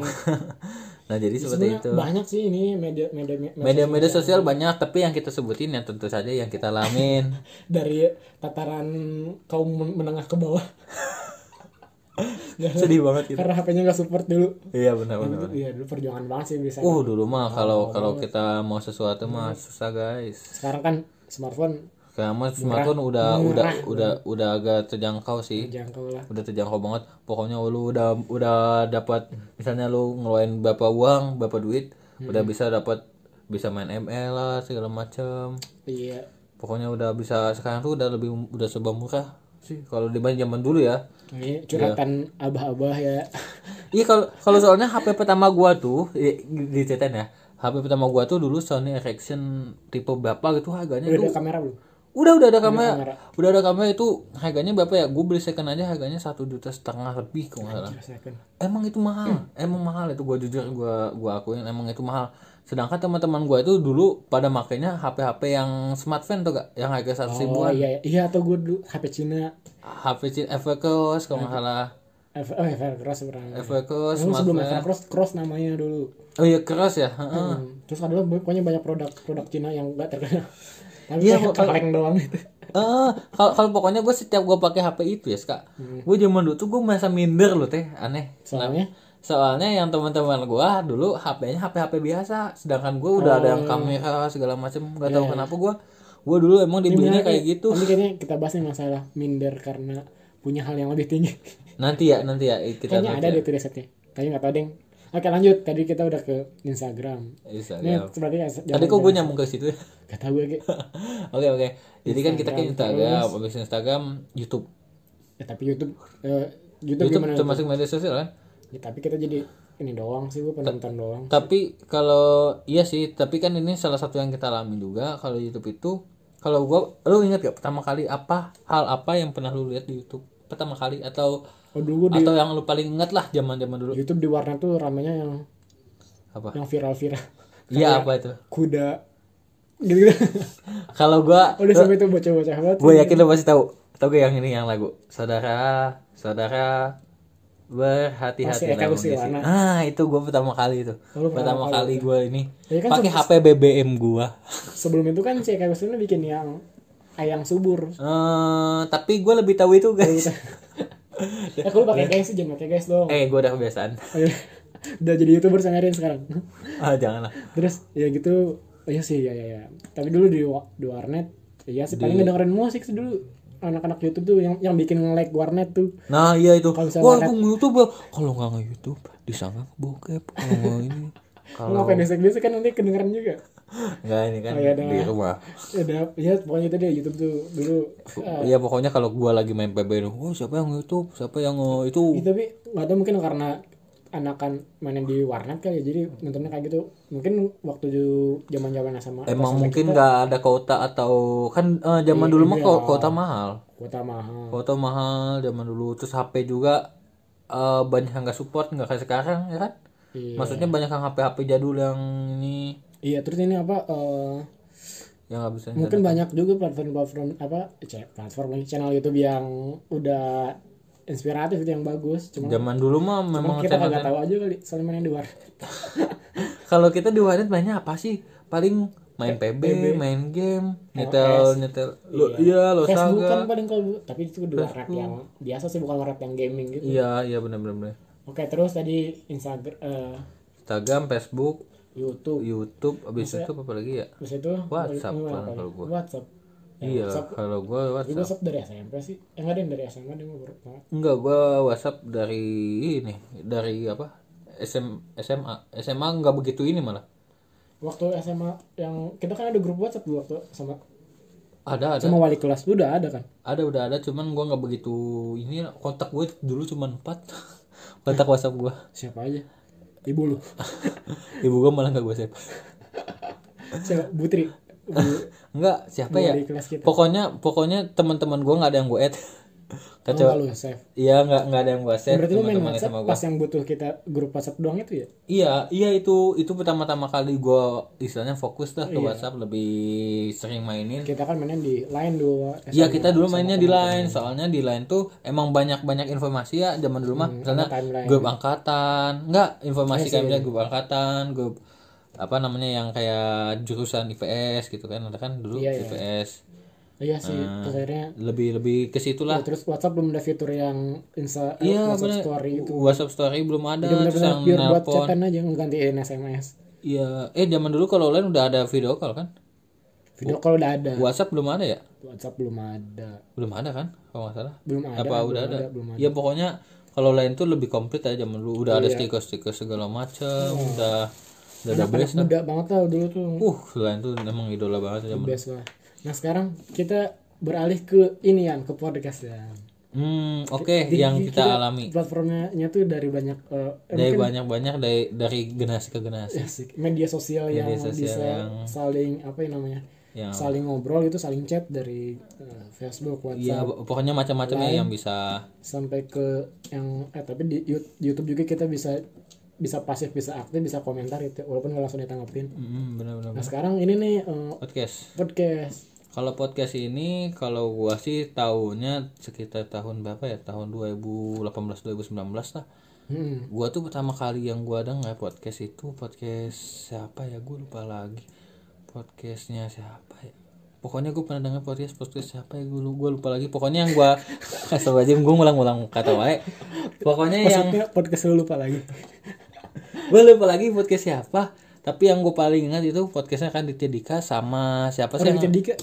nah jadi seperti Hmm. Ya, Sebenarnya itu banyak sih ini media media, media- media-media sosial banyak tapi yang kita sebutin yang tentu saja yang kita alamin dari tataran kaum men- menengah ke bawah sedih banget gitu karena HP-nya nggak support dulu iya benar-benar iya dulu perjuangan banget sih bisa uh dulu mah kalau kalau kita mau sesuatu mah susah guys sekarang kan smartphone karena mah smartphone udah udah udah udah agak terjangkau sih jangkau lah udah terjangkau banget pokoknya lu udah udah dapat misalnya lu ngeluarin berapa uang Hmm. berapa duit udah bisa dapat bisa main ML lah segala macam Iya. pokoknya udah bisa sekarang tuh udah lebih udah serba murah sih kalau dibanding zaman dulu ya Ini curhatan abah-abah ya. iya kalau kalau soalnya HP pertama gua tuh di, di ceritain ya HP pertama gua tuh dulu Sony Ericsson tipe berapa gitu harganya Udah tuh ada kamera belum? udah udah ada kamera. kamera. udah ada kamera itu harganya berapa ya gue beli second aja harganya satu juta setengah lebih kalau nggak salah Silakan. emang itu mahal Hmm. emang mahal itu gue jujur gue gua akuin emang itu mahal sedangkan teman-teman gue itu dulu pada makainya HP-HP yang smartphone tuh gak yang harga seratus Oh ribuan iya, iya. iya atau gue dulu HP Cina. HP Chin Evercross kalau nggak salah F- oh Evercross pernah. Evercross Nah, Emang sebelum smartphone Evercross Cross namanya dulu. oh iya cross ya heeh. Hmm. Terus ada pokoknya banyak produk-produk Cina yang gak terkenal. Tapi Iya, kayak kok- kalau- kaleng doang gitu. itu. Eh, kalau kalau pokoknya gue setiap gue pakai HP itu ya kak Hmm. gue zaman dulu tuh gue merasa minder loh teh aneh Nah, Soalnya soalnya yang teman-teman gue dulu HP-nya HP-HP biasa sedangkan gue udah ada Oh. yang kamera segala macem nggak Iya, tahu kenapa gue gue dulu emang dibelinya kayak gitu Nanti kayaknya kita bahas nih masalah minder karena punya hal yang lebih tinggi. nanti ya nanti ya eh, kita Kayaknya ada di tuh risetnya. Tapi nggak tahu deng. Oke lanjut. Tadi kita udah ke Instagram. Ini Instagram seperti Ya, tadi kok gue nyambung ke situ ya? Gak tahu gue kayak. oke oke jadi kan kita ke Instagram habis Instagram YouTube Ya, tapi YouTube, eh, YouTube, YouTube gimana? termasuk media sosial kan Ya, tapi kita jadi ini doang sih gue penonton doang. tapi kalau iya sih tapi kan ini salah satu yang kita alami juga kalau YouTube itu kalau gua lu ingat gak pertama kali apa hal apa yang pernah lu lihat di YouTube pertama kali atau Oh dulu di atau yang lu paling ingat lah zaman zaman dulu YouTube di warna tuh ramenya yang apa yang viral-viral. iya apa itu Kuda. Gitu. kalau gua Udah sampai itu bocah-bocah banget. gue yakin lo pasti tahu tahu gak yang ini yang lagu saudara saudara berhati-hati Masih Eka lagunya sih. Gustiwana. ah itu gue pertama kali itu Oh, lu pertama kali gue ini Ya kan pakai HP BBM gue Sebelum itu kan si Eka Gustiwana bikin yang ayang subur. Eh, tapi gue lebih tahu itu guys Ya kalau pakai guys jangan pakai guys dong. eh gue udah kebiasaan Ayo. Udah jadi youtuber seharian sekarang. ah janganlah Terus ya gitu. Oh, Iya sih ya ya ya. Tapi dulu di, wa- di warnet Iya sih paling ngedengerin musik sih dulu anak-anak YouTube tuh yang yang bikin nge-lag warnet tuh. nah iya itu Kalau misalnya wah warnet- aku YouTube Bang. kalau nggak nge YouTube disangka bokep kalau nggak ini Kalau kalau ngapain besok kan nanti kedengeran juga. nggak ini kan Oh, iya, di dah. rumah Ada ya pokoknya itu deh YouTube tuh dulu. Ah, Iya pokoknya kalau gua lagi main PB oh siapa yang YouTube siapa yang eh, itu Ih, Iya, tapi nggak tahu mungkin karena anakan main di warnet kali ya jadi nontonnya kayak gitu mungkin waktu ju- zaman zaman sama Emang mungkin nggak ada kuota atau kan eh, zaman dulu mah kau- kuota mahal, kuota mahal kuota mahal zaman dulu terus HP juga eh, banyak yang nggak support nggak kayak sekarang ya kan? Iya. Maksudnya banyak yang HP-HP jadul yang ini iya terus ini apa eh, yang nggak bisa. mungkin banyak juga platform-platform apa c- platform lagi, channel YouTube yang udah inspiratif itu yang bagus cuma Zaman dulu mah memang kita channel- nggak tahu aja kali soalnya main di warnet kalau kita di warnet mainnya apa sih? Paling main PB, main game, nyetel nyetel. Lo, iya, lo Oh, Facebook saga. kan paling kalau tapi itu di warnet yang biasa sih bukan warnet yang gaming gitu Iya, iya benar-benar. oke terus tadi Instagram eh, Instagram, Facebook, YouTube YouTube, abis itu apa lagi ya? terus itu WhatsApp apa kan lagi? kalau gua. WhatsApp Ya, Iya, WhatsApp kalau gua tapi WhatsApp. WhatsApp dari SMP sih eh, enggak ada yang dari SMA dia mau banget Enggak, gua WhatsApp dari ini, dari apa? SM, SMA. SMA enggak begitu ini malah. waktu SMA yang kita kan ada grup WhatsApp dulu waktu sama Ada, ada. sama wali kelas lu udah ada kan Ada udah ada, cuman gua enggak begitu ini kontak gue dulu cuman 4. kontak WhatsApp gua. siapa aja ibu lu Ibu gua malah enggak gua save. siapa Putri Bu- Enggak, siapa ya? wali kelas kita Pokoknya pokoknya teman-teman gua enggak ada yang gua add. Enggak Kacau. lu save Iya, enggak enggak ada yang gua save Oh. berarti lu main teman-temannya WhatsApp sama gua. pas yang butuh kita grup WhatsApp doang itu ya Iya, iya itu itu pertama-tama kali gua istilahnya fokus dah ke Iya. WhatsApp lebih sering mainin. kita kan mainnya di line dulu Iya kita dulu mainnya di line, soalnya di line tuh emang banyak banyak informasi ya zaman dulu mah, misalnya Hmm, timeline. Iya grup angkatan, enggak informasi kami grup angkatan, grup apa namanya yang kayak jurusan IPS gitu kan, ada kan dulu Iya, iya. IPS iya sih Ah. terus akhirnya lebih lebih ke situ lah. terus WhatsApp belum ada fitur yang Ah. insta eh, Iya WhatsApp bener. story itu WhatsApp Story belum ada, Jadi terus benar-benar yang pure buat nelpon. chatan aja ngegantiin SMS. Iya, eh zaman dulu kalau online udah ada video call kan, Video Oh. call udah ada, WhatsApp belum ada ya, WhatsApp belum ada. belum ada kan, kalau nggak salah. Belum ada. apa udah ada? belum ada. Iya. Ya pokoknya kalau lain tuh lebih komplit aja zaman dulu udah ada stiker-stiker segala macam, Hmm. udah udah ada Anak base. muda banget lah dulu tuh. Uh, lain tuh emang idola banget zaman. Best lah. Nah sekarang kita beralih ke ini Yan, ke podcast ya. Hmm, oke yang kita, alami Platformnya tuh dari banyak eh, eh, dari mungkin banyak-banyak dari dari generasi ke generasi. asik, media sosial yang Media sosial bisa yang- saling apa ya namanya? Yang Saling ngobrol itu saling chat dari eh, Facebook, Iya, WhatsApp pokoknya macam-macamnya yang bisa sampai ke yang eh tapi di Yout- YouTube juga kita bisa bisa pasif, bisa aktif, bisa komentar itu walaupun nggak langsung ditanggapin. Hmm, benar-benar. Nah sekarang ini nih eh, Podcast. podcast Kalau podcast ini kalau gua sih tahunnya sekitar tahun berapa ya? Tahun 2018 2019 lah. Hmm. Gua tuh pertama kali yang gua denger podcast itu podcast siapa ya? Gua lupa lagi. Podcastnya siapa ya? Pokoknya gue pernah denger podcast podcast siapa ya? Gua, lu- gua lupa lagi. Pokoknya yang gua astagfirullahaladzim gua ngulang-ngulang kata wae. Pokoknya yang Maksudnya podcast lu lupa lagi. gue lupa lagi podcast siapa tapi yang gue paling ingat itu podcastnya kan Ditya Dika sama siapa sih yang- Orang jadi ke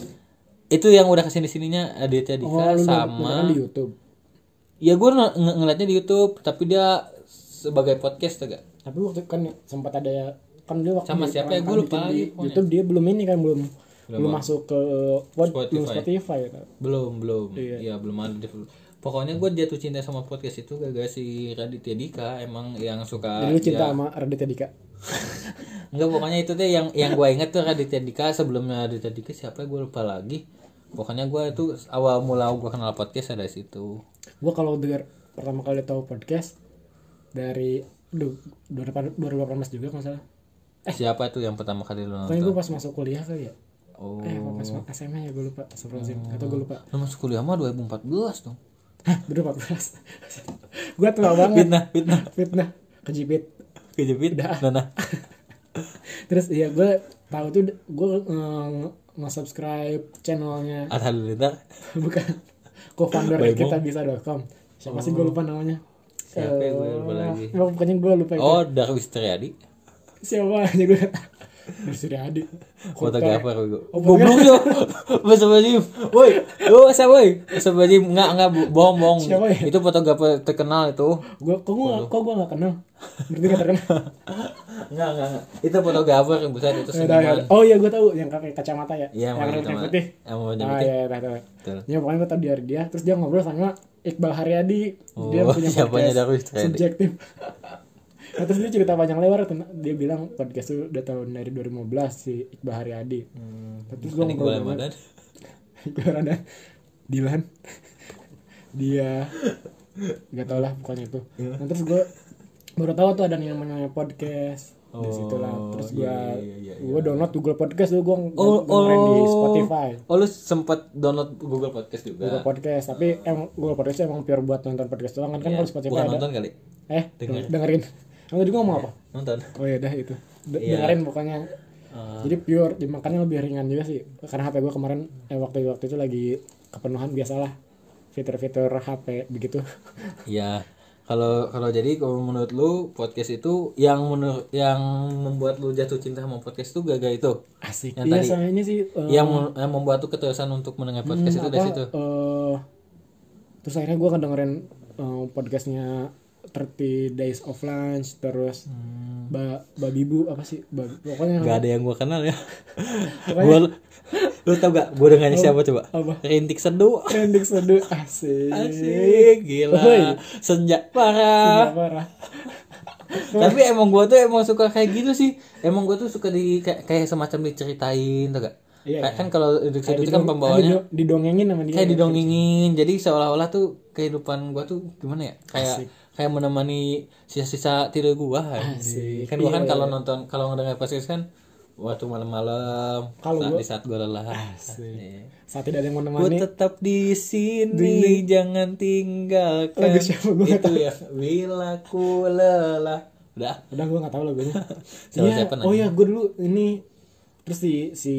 itu yang udah kesini sininya Ditya Oh, oh, Dika lu nonton sama di YouTube. ya gue ngeliatnya di YouTube tapi dia sebagai podcast tuh gak Tapi waktu kan sempat ada kan dia waktu Sama di- siapa ya? orang Gua kan lupa bikin lagi di YouTube dia belum ini kan belum belum, masuk ke Spotify. pod, Ah, Spotify. Spotify gitu. belum belum iya belum ada di- pokoknya gue jatuh cinta sama podcast itu gara-gara si Raditya Dika emang yang suka Jadi lu iya. cinta sama Raditya Dika. Enggak pokoknya itu deh yang yang gue inget tuh Raditya Dika sebelumnya Raditya Dika siapa gue lupa lagi pokoknya gue itu awal mula gue kenal podcast ada situ Gua kalau dengar pertama kali tahu podcast dari aduh, 2018 juga kalau nggak salah. Eh. siapa tuh yang pertama kali lu Pokoknya nonton gue pas masuk kuliah kali ya. oh Eh, apa pas ma- SMA ya gue lupa. Astagfirullahaladzim. Atau gue lupa. lu masuk kuliah mah 2014 dong Hah, 2014. gue tua banget. fitnah fitnah Fitnah. Kejepit. kejepit nah, nah. Terus iya gue tahu tuh gue nge-subscribe channelnya alhamdulillah bukan co-founder Baik, kita bisa.com. Siapa sih gue lupa namanya? Oh. siapa ya gue lupa Eh, lagi Wah, pokoknya gue lupa itu. oh Darwis Triadi Siapa aja gue. Bersuri Adi. fotografer gue Oh, goblok tuh masa bajim woi lu masa woi masa bajim nggak nggak bo- bohong bohong Siapa ya? itu fotografer terkenal itu Gue kok gue kok gue gak kenal. Berarti gak terkenal. nggak nggak nggak. itu fotografer yang besar itu Udah, ya. seniman Oh iya gue tahu yang pakai kacamata ya. Iya, yang pakai rambutnya kacamata. putih. Yang rambutnya Ah putih. iya tahu tahu. Oh, Betul. Ya pokoknya gue tau dari dia. Terus dia ngobrol sama Iqbal Haryadi. dia Oh, punya siapanya podcast Darwis Haryadi. subjektif. Nah, terus dia cerita panjang lebar tentang- dia bilang podcast itu udah tahun dari 2015 si Iqbal Haryadi. Nah, Terus gue Hmm. ini gue ngobrol sama Ramadan Iqbal Haryadi. Dilan. dia nggak tau lah pokoknya itu. Iya. Nah, terus gue baru tahu tuh ada yang namanya podcast. Di situ lah. Terus gue iya, gue download Google Podcast tuh gue Oh, dengerin di Spotify. oh lu sempet download Google Podcast juga Google Podcast, tapi emang Google Podcast emang pure buat nonton podcast doang kan kan kalau Spotify bukan ada. Iya. nonton kali Eh, Dengerin. dengerin. Kamu tadi gua ngomong apa? nonton Oh ya udah itu. De- Iya. Ah. Dengerin pokoknya. Jadi pure, jadi makanya lebih ringan juga sih. Karena HP gua kemarin eh waktu waktu itu lagi kepenuhan biasalah fitur-fitur HP begitu. ya kalau kalau jadi kalau menurut lu podcast itu yang menurut yang membuat lu jatuh cinta sama podcast itu gaga itu Asik. Yang Iya, tadi. soalnya ini sih eh, yang, mem- yang membuat lu keterusan untuk mendengar podcast itu dari Hmm, apa, situ eh, terus akhirnya gue ngedengerin eh, podcastnya 30 Days of Lunch terus Hmm. ba babi bu apa sih Ba- pokoknya Gak ada yang gua kenal ya gua lu tau gak gua dengannya siapa coba apa? Iya. Rintik Seduh Rendik seduh asik Asik, Woi. gila. Senja parah. Nggak parah Tapi emang gua tuh emang suka kayak gitu sih. Emang gua tuh suka di kayak, kayak semacam diceritain tuh gak? Iya, Kayak kan kalau edukasi Kayak gitu. itu kan didong- pembawaannya dido- didongengin sama dia kayak didongengin. Jadi seolah-olah tuh kehidupan gua tuh gimana ya? Kayak kayak menemani sisa-sisa tidur gua. anjing. Kan gua Iya, kan kalau nonton kalau ngedengar podcast kan waktu malam-malam saat Kalau gua- Nah, di saat gua lelah. Iya. saat tidak ada yang Ku menemani tetap di sini, jangan tinggalkan. Lagu siapa? Gua nggak Itu ya. Bila ku lelah. Udah. udah gue nggak tahu lagunya Siapa- Iya, siapa oh ya gue dulu ini terus si si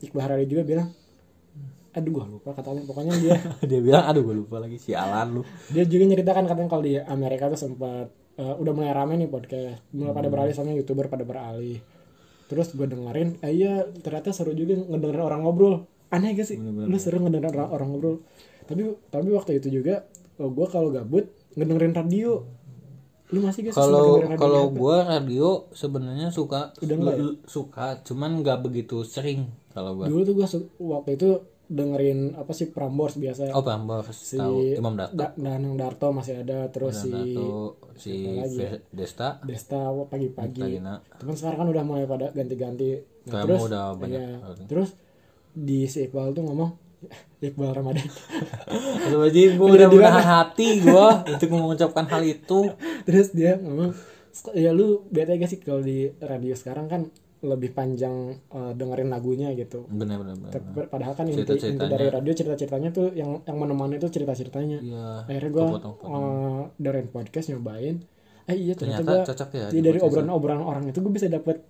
Iqbal Harari juga bilang aduh gue lupa katanya pokoknya dia Dia bilang, aduh gue lupa lagi sialan lu. dia juga nyeritakan katanya kalau di Amerika tuh sempat eh, udah mulai rame nih podcast mulai Hmm. pada beralih sama youtuber pada beralih terus gue dengerin eh iya ternyata seru juga ngedengerin orang ngobrol aneh gak sih lu seru ngedengerin orang, orang ngobrol tapi tapi waktu itu juga gue kalau gabut ngedengerin radio lu masih gak sih Kalau ngedengerin radio? kalau gue radio sebenarnya suka lu- suka, cuman nggak begitu sering. kalau gua ya? Dulu tuh gue waktu itu dengerin apa sih Prambors biasa. oh Prambors si tahu Imam Darto Da- Danang Darto masih ada terus si Darto si siapa lagi? ya? Fe- Desta Desta pagi-pagi. Tagina Cuman sekarang kan udah mulai pada ganti-ganti. Nah, Kayak emang udah banyak iya. orang. terus di si Iqbal tuh ngomong Iqbal Ramadan. Aduh anjing, gue udah menahan hati gue untuk mengucapkan hal itu. terus dia ngomong ya lu bete gak sih kalau di radio sekarang kan lebih panjang eh, dengerin lagunya gitu. Bener bener bener. Tapi Padahal kan inti, inti Nah, Cerita-ceritanya. dari radio cerita-ceritanya tuh yang yang menemani itu cerita-ceritanya. Iya. akhirnya gue kepotong-potong. dengerin podcast nyobain eh iya ternyata, Ternyata gua cocok ya. jadi di dari podcast. obrolan-obrolan orang itu gue bisa dapet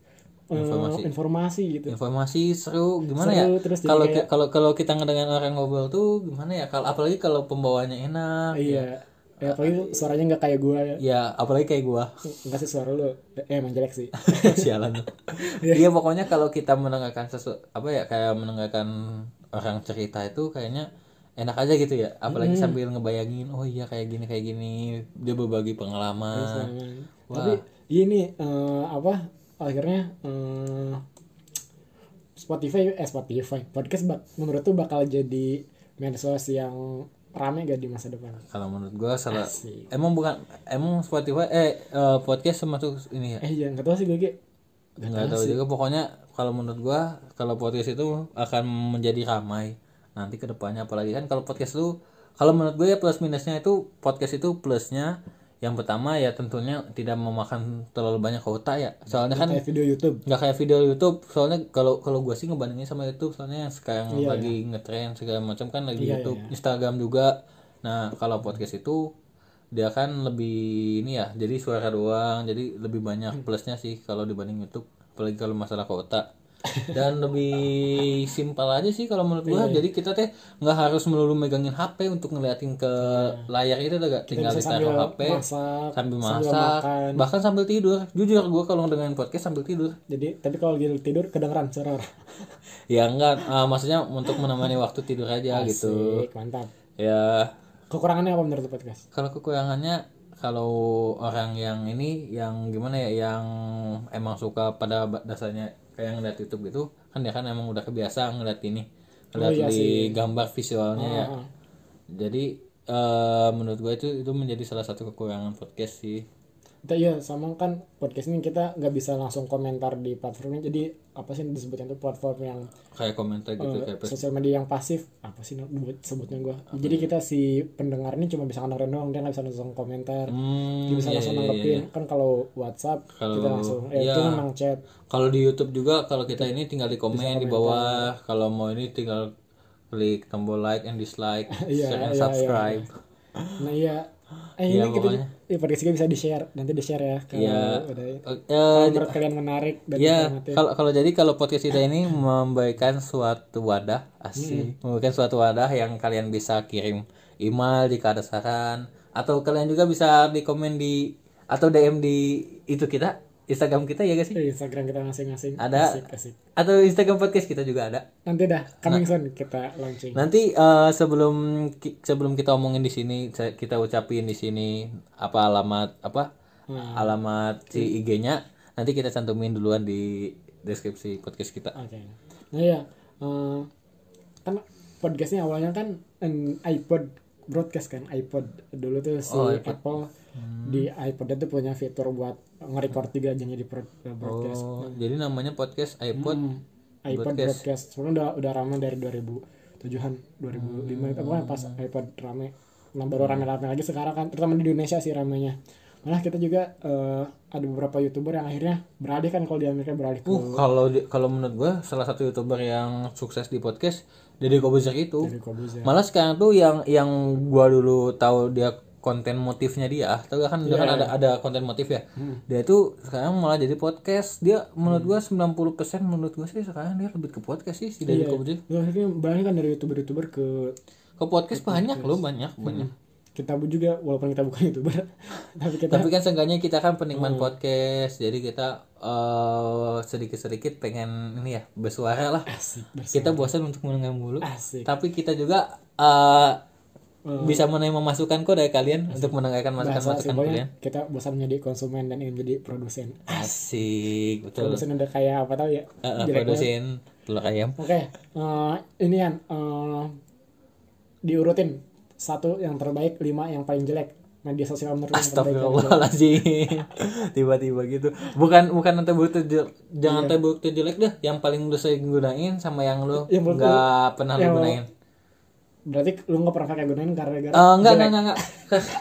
eh, Informasi. informasi. gitu informasi seru gimana Seru, ya? terus jadi Kalau kayak- kalau kalau kita ngedengar orang ngobrol tuh gimana ya? Kalau apalagi kalau pembawanya enak. iya Ah, ya apalagi suaranya nggak kayak gue ya Ya apalagi kayak gua nggak sih suara lu eh emang jelek sih Ah. sialan tuh. Iya pokoknya kalau kita mendengarkan sesuatu apa ya kayak mendengarkan orang cerita itu kayaknya enak aja gitu ya. Apalagi sambil ngebayangin oh iya kayak gini kayak gini dia berbagi pengalaman. Emang. Wah. tapi ini eh, apa akhirnya eh, Spotify eh Spotify podcast bak menurut tuh bakal jadi medsos yang rame gak di masa depan Kalau menurut gua salah Asik. emang bukan emang Spotify eh eh, podcast termasuk ini ya. eh iya nggak tahu sih gue Ki. Gitu kan Nggak tahu juga pokoknya kalau menurut gua kalau podcast itu akan menjadi ramai nanti ke depannya apalagi kan kalau podcast itu kalau menurut gue ya plus minusnya itu podcast itu plusnya yang pertama ya tentunya tidak memakan terlalu banyak kuota ya. Soalnya kan kayak video YouTube nggak kayak video YouTube soalnya kalau kalau gue sih ngebandingin sama YouTube soalnya yang sekarang Iya, lagi ngetrend segala macam kan lagi YouTube Instagram juga nah kalau podcast itu dia kan lebih ini ya jadi suara doang jadi lebih Hmm. banyak plusnya sih kalau dibanding YouTube apalagi kalau masalah kota dan lebih simpel aja sih kalau menurut Iya, gua jadi kita teh nggak harus melulu megangin HP untuk ngeliatin ke Iya. layar itu tuh gak tinggal ditaruh HP masak sambil masak makan. bahkan sambil tidur jujur gue kalau dengan podcast sambil tidur jadi tapi kalau lagi tidur kedengeran suara orang. ya enggak eh, maksudnya untuk menemani waktu tidur aja gitu Asik, mantap ya kekurangannya apa menurut lu, podcast kalau kekurangannya kalau orang yang ini yang gimana ya yang emang suka pada ba- dasarnya kayak ngeliat YouTube gitu kan dia kan emang udah kebiasaan ngeliat ini ngeliat di gambar visualnya ya jadi eh, menurut gue itu itu menjadi salah satu kekurangan podcast sih kita iya sama kan podcast ini kita nggak bisa langsung komentar di platformnya jadi apa sih yang disebutnya itu platform yang kayak komentar gitu kayak sosial media yang pasif apa sih nak- buat sebutnya gua ya? jadi kita si pendengar ini cuma bisa ngedengerin doang dia nggak bisa langsung komentar Hmm, dia bisa iya, langsung iya, nanggepin iya, iya. kan kalau WhatsApp kita Kalau- langsung eh iya. itu memang chat Kalau di YouTube juga kalau kita ini tinggal di komen di ya. bawah. Kalau mau ini tinggal klik tombol like and dislike, Iya, share and iya, subscribe. nah iya eh Iya, ini kita pokoknya. ya, podcast kita bisa di share nanti di share ya kalau Iya. udah Eh, kalau eh, menurut kalian menarik dan Ya, informatif. kalau kalau jadi kalau podcast kita ini memberikan suatu wadah asli, memberikan suatu wadah yang kalian bisa kirim email jika ada saran atau kalian juga bisa di komen di atau DM di itu kita Instagram kita ya guys sih. Di Instagram kita masing-masing Ada. Iya. asik, asik. Atau Instagram podcast kita juga ada. nanti dah Nah. coming soon kita launching Nanti eh, sebelum ki- sebelum kita omongin di sini, saya- kita ucapin di sini apa alamat apa alamat si IG-nya. Nanti kita cantumin duluan di deskripsi podcast kita. oke nah ya eh, kan podcastnya awalnya kan em, iPod broadcast kan iPod dulu tuh si Oh, Apple Hmm. di iPod itu punya fitur buat nge-record tiga jadinya di pro- broadcast Oh, jadi namanya podcast iPod. Hmm, iPod broadcast, sebenarnya udah udah rame dari 2007-an 2005 Hmm. itu bukan pas iPod rame nah baru rame-rame lagi sekarang kan terutama di Indonesia sih ramenya malah kita juga eh, ada beberapa youtuber yang akhirnya beralih kan kalau di Amerika beralih ke Uh, kalau di- kalau menurut gua salah satu YouTuber yang sukses di podcast Deddy Kobuzer itu. Deddy Corbuzier. Malah sekarang tuh yang yang gua dulu tahu dia konten motifnya dia, tahu gak kan dia kan ada ada konten motif ya. Dia tuh sekarang malah jadi podcast. Dia menurut gua 90% menurut gua sih sekarang dia lebih ke podcast sih si Deddy Corbuzier. Lu akhirnya beralih kan dari youtuber-youtuber ke Ke podcast banyak loh, banyak, banyak. kita juga walaupun kita bukan youtuber tapi kita Tapi kan seenggaknya kita kan penikmat podcast, jadi kita eh, sedikit-sedikit pengen ini ya bersuara lah. asik bers- Kita bosan untuk mendengar mulu. asik Tapi kita juga eh, bisa menerima masukan kok dari kalian untuk mendengarkan Bahasa masukan-masukan simpelnya, kalian. kita bosan menjadi konsumen dan ingin menjadi produsen Asik, betul. produsen udah kayak apa tau ya Eh, eh, jelek banget. produsen telur ayam Oke, eh, ini kan eh, diurutin satu yang terbaik, lima yang paling jelek. Media sosial menurut yang terbaik. Astagfirullahaladzim Tiba-tiba gitu Bukan bukan nanti bukti Iya. jel- Jangan nanti bukti jelek deh Yang paling lu sering gunain Sama yang lu Yang menurut nggak pernah lu yang- gunain kan. Berarti lu nggak pernah pakai gunain karena gara Eh, enggak, enggak, enggak, enggak.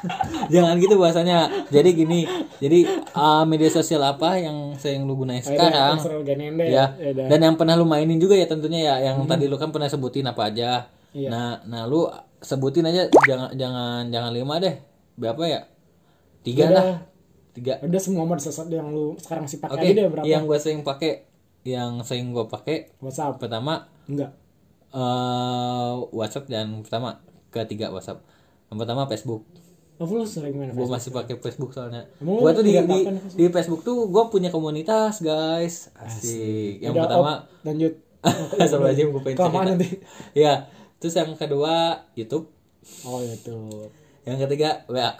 Jangan gitu bahasanya Jadi gini Jadi eh, media sosial apa yang sering lu Oh, iya, gunain sekarang Terus gunain deh. ya Ya udah. Hmm. dan yang pernah lu mainin juga ya tentunya ya yang tadi lu kan pernah sebutin apa aja Iya. nah nah lu sebutin aja jangan jangan jangan lima deh berapa ya tiga Udah. lah tiga Udah semua mod sosok yang lu sekarang masih pakai oke aja deh berapa? yang gue sering pakai yang sering gue pakai WhatsApp. pertama Enggak. eh WhatsApp dan pertama ketiga WhatsApp yang pertama Facebook Apa lu sering main gue Facebook? masih pakai Facebook soalnya Emang gue lu tuh di, tidak di, makan di Facebook tuh gue punya komunitas guys asik yang Udah, pertama op, lanjut. Astagfirullahaladzim gue pengen Kelamaan cerita nanti. Ya Terus yang kedua Youtube Oh itu. Yang ketiga WA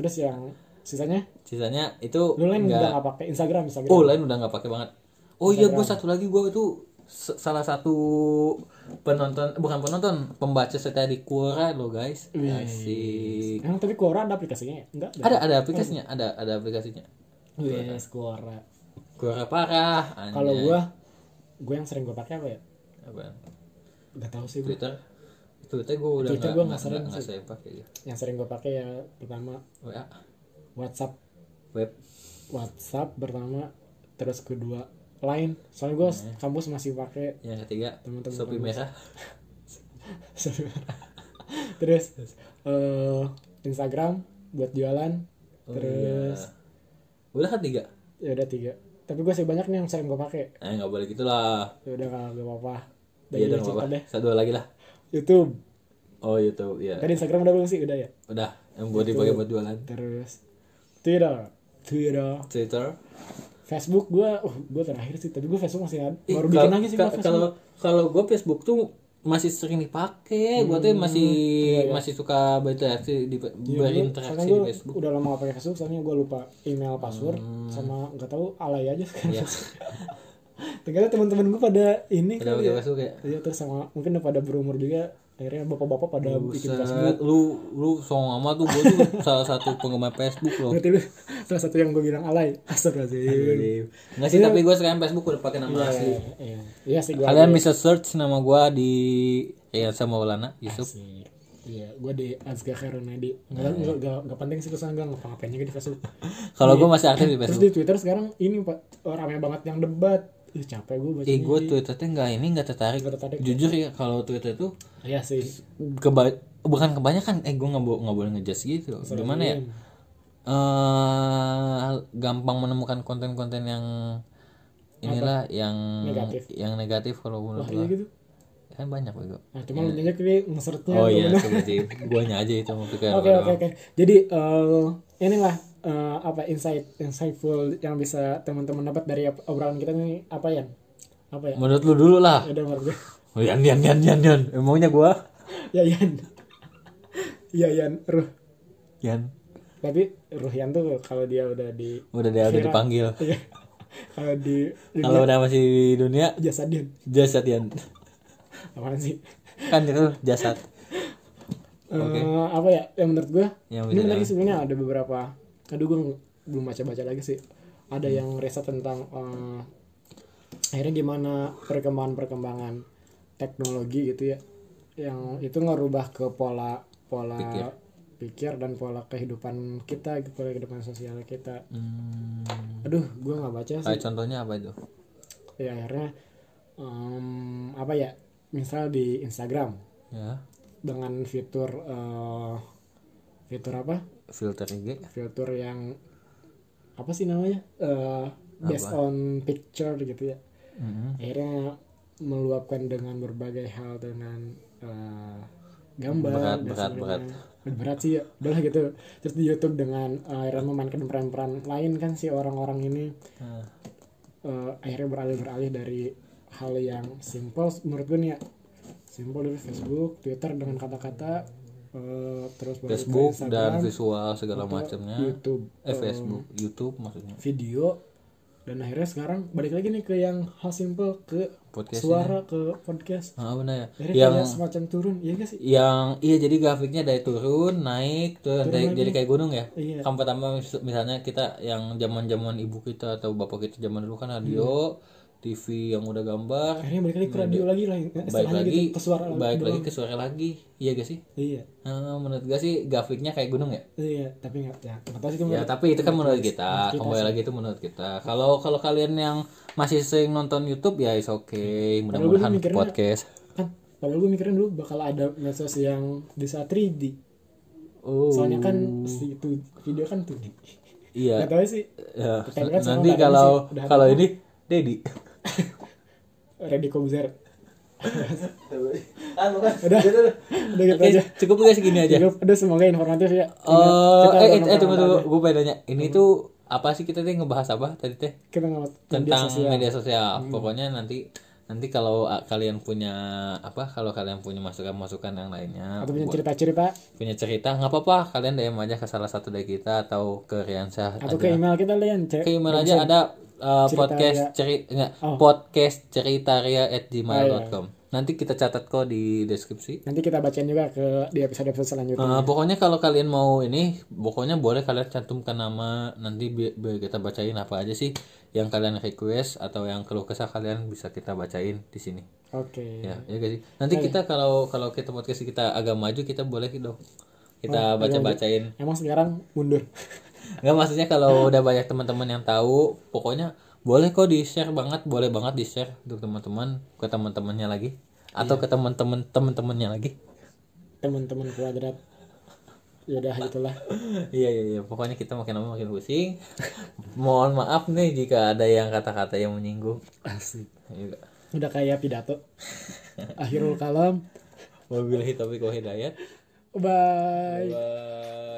Terus yang sisanya? Sisanya itu Lu lain udah enggak nggak pakai Instagram, Instagram. Oh lain udah nggak pakai banget Oh iya gue satu lagi gue itu se- Salah satu Penonton Bukan penonton Pembaca setia di Quora lo guys Asik Emang tapi Quora ada aplikasinya ya? Enggak ada. Ada ada aplikasinya Ada ada aplikasinya Yes, Quora. Quora parah anjay. Kalau gua gua yang sering gua pakai apa ya? Apaan? Gak tahu sih gua. Twitter Twitter gue udah Twitter nggak gua nggak nggak sering nggak- nggak saya pakai ya. Yang sering gua pakai ya pertama WA WhatsApp, Web WhatsApp pertama terus kedua Line. Soalnya gua Nah. kampus masih pakai Yang ketiga Teman-teman Shopee kampus. merah terus eh, Instagram buat jualan. Oh, terus Udah kan tiga? ya udah tiga. Tapi gua sih banyak nih yang sering gua pakai. Eh nggak boleh gitulah. Ya udah kalau gak apa-apa. Dan Iya juga dong cerita apa? deh. Satu lagi lah. YouTube. Oh YouTube ya. Tadi Instagram udah belum sih? Udah ya. Udah yang buat dipakai buat jualan. Terus Twitter. Twitter. Twitter. Facebook gue, uh, gue terakhir sih, tapi gue Facebook masih ada. Ih, kal- Baru bikin lagi sih kal- ya, gua Facebook. Kalau kalau gue Facebook tuh masih sering dipakai. Hmm, Gue tuh masih iya, masih suka berinteraksi di berinteraksi Soalnya di gue Facebook. udah lama gak pakai Facebook, soalnya gue lupa email password sama nggak tahu alay aja sekarang. Ya. Ternyata teman-teman gue pada ini Udah pakai kali ya. Facebook ya. Iya terus sama mungkin udah pada berumur juga, akhirnya bapak-bapak pada bikin Facebook. Buset, lu lu song amat tuh gue tuh salah satu penggemar Facebook loh. Berarti lu salah satu yang gue bilang alay. Astagfirullahaladzim. Nggak sih tapi gue sekarang Facebook udah pakai nama asli. Iya, Iya, iya sih gue. Kalian bisa search nama gue di ya sama Maulana Yusuf. Iya, gue di Azga Khairunadi. Iya, Nggak, nggak, nggak, nggak penting sih kesan nggak ngapa-ngapain juga di Facebook. Kalau gue masih aktif di Terus Facebook. di Twitter sekarang ini pak oh, rame banget yang debat. Ih capek gue baca. Eh gue Twitter tuh nggak ini nggak tertarik. Nggak tertarik. Jujur ya kalau Twitter tuh Iya sih. keba bukan kebanyakan. Eh gue nggak bo- nggak boleh ngejudge gitu. Gimana ya? eh gampang menemukan konten-konten yang inilah yang Negatif. yang negatif kalau menurut Iya gue gitu. kan banyak kok itu. Nah, cuma lu nyanyi dia ngesertnya. Iya. Oh tuh. iya, seperti guanya aja itu mau pikir. Oke oke oke. Jadi eh, inilah eh, apa insight insightful yang bisa teman-teman dapat dari op- obrolan kita ini apa ya? Apa ya? Menurut lu dulu lah. Ada menurut gue. Oh, Yan yan yan yan yan. Emangnya gue Yayan. Yayan Ya, Ruh. Yan Tapi Ruhyan tuh kalau dia udah di udah dia udah dipanggil. iya. kalau di Kalau udah masih di dunia jasa dia jasad Yan apaan sih? kan itu jasad. Eh, apa ya yang menurut gue Yang ini tadi sebenarnya ada beberapa aduh gue belum baca baca lagi sih ada Hmm. yang riset tentang eh, akhirnya gimana perkembangan perkembangan teknologi gitu ya yang itu ngerubah ke pola pola pikir, dan pola kehidupan kita pola kehidupan sosial kita Hmm. aduh gue nggak baca sih Kayak contohnya apa itu? ya akhirnya em, apa ya misal di Instagram Ya, dengan fitur eh, fitur apa filter IG. filter yang apa sih namanya Eh, based on picture gitu ya Mhm. akhirnya meluapkan dengan berbagai hal dengan eh, gambar Berat, dan berat, sebagainya. berat sih ya udahlah gitu terus di YouTube dengan eh, akhirnya memainkan peran-peran lain kan si orang-orang ini Nah, eh, akhirnya beralih-beralih dari hal yang simple menurut gue nih ya simple dari Facebook Twitter dengan kata-kata eh, terus baru ke Facebook Eh. Instagram, dan visual segala macamnya. YouTube Eh Facebook, YouTube maksudnya. video dan akhirnya sekarang balik lagi nih ke yang hal simple ke Podcastnya. suara ke podcast Ah, benar. akhirnya ya. Yang kayak semacam turun iya gak sih yang iya jadi grafiknya dari turun naik turun, dari, jadi kayak gunung ya Iya. kan pertama mis- misalnya kita yang zaman zaman ibu kita atau bapak kita zaman dulu kan radio TV yang udah gambar akhirnya balik lagi ke radio lagi lah baik istilahnya lagi gitu ke suara baik lagi ke suara lagi iya gak sih iya Ah, menurut gue sih grafiknya kayak gunung ya iya tapi nggak ya nggak tahu sih itu ya tapi itu kan menurut kita kembali lagi itu menurut kita kalau kalau kalian yang masih sering nonton YouTube ya is oke mudah-mudahan mikirnya- podcast kan padahal gue mikirin dulu bakal ada medsos yang bisa 3D oh soalnya kan si itu video kan 2D iya nggak tahu sih Ya, Kita lihat sama nanti keadaan kalau sih, udah kalau ini Dedi. Reddy Kobuzer udah. udah gitu Oke, aja cukup guys segini aja. Cukup, udah semoga informatif ya Eh, Kita- eh, kita eh, tunggu tunggu, nggak- gue pengen nanya. Ini tuh apa sih kita teh ngebahas apa tadi teh? kita nggak Tentang media sosial. Hmm. Pokoknya nanti nanti kalau ah, kalian punya apa kalau kalian punya masukan-masukan yang lainnya atau punya cerita-cerita punya cerita nggak apa-apa kalian DM aja ke salah satu dari kita atau ke Riansyah atau ke email kita lihat cek ke email aja ada uh, podcast cerita Oh. enggak podcast ceritaria at gmail.com nanti kita catat kok di deskripsi nanti kita bacain juga ke di episode episode selanjutnya Uh, pokoknya kalau kalian mau ini pokoknya boleh kalian cantumkan nama nanti bi- biar kita bacain apa aja sih yang kalian request atau yang keluh kesah kalian bisa kita bacain di sini oke ya ya guys nanti kita kalau kalau kita podcast kita agak maju kita boleh dong kita baca bacain emang sekarang mundur Nggak maksudnya kalau udah banyak teman-teman yang tahu, pokoknya boleh kok di-share banget, boleh banget di-share untuk teman-teman ke teman-temannya lagi atau ke teman-teman teman-temannya lagi. teman-teman kuadrat ya udah gitulah Iya iya iya, pokoknya kita makin lama makin pusing. Mohon maaf nih jika ada yang kata-kata yang menyinggung. asik Iya. udah kayak pidato akhirul kalam Wabillahi taufiq wa hidayah. bye Bye.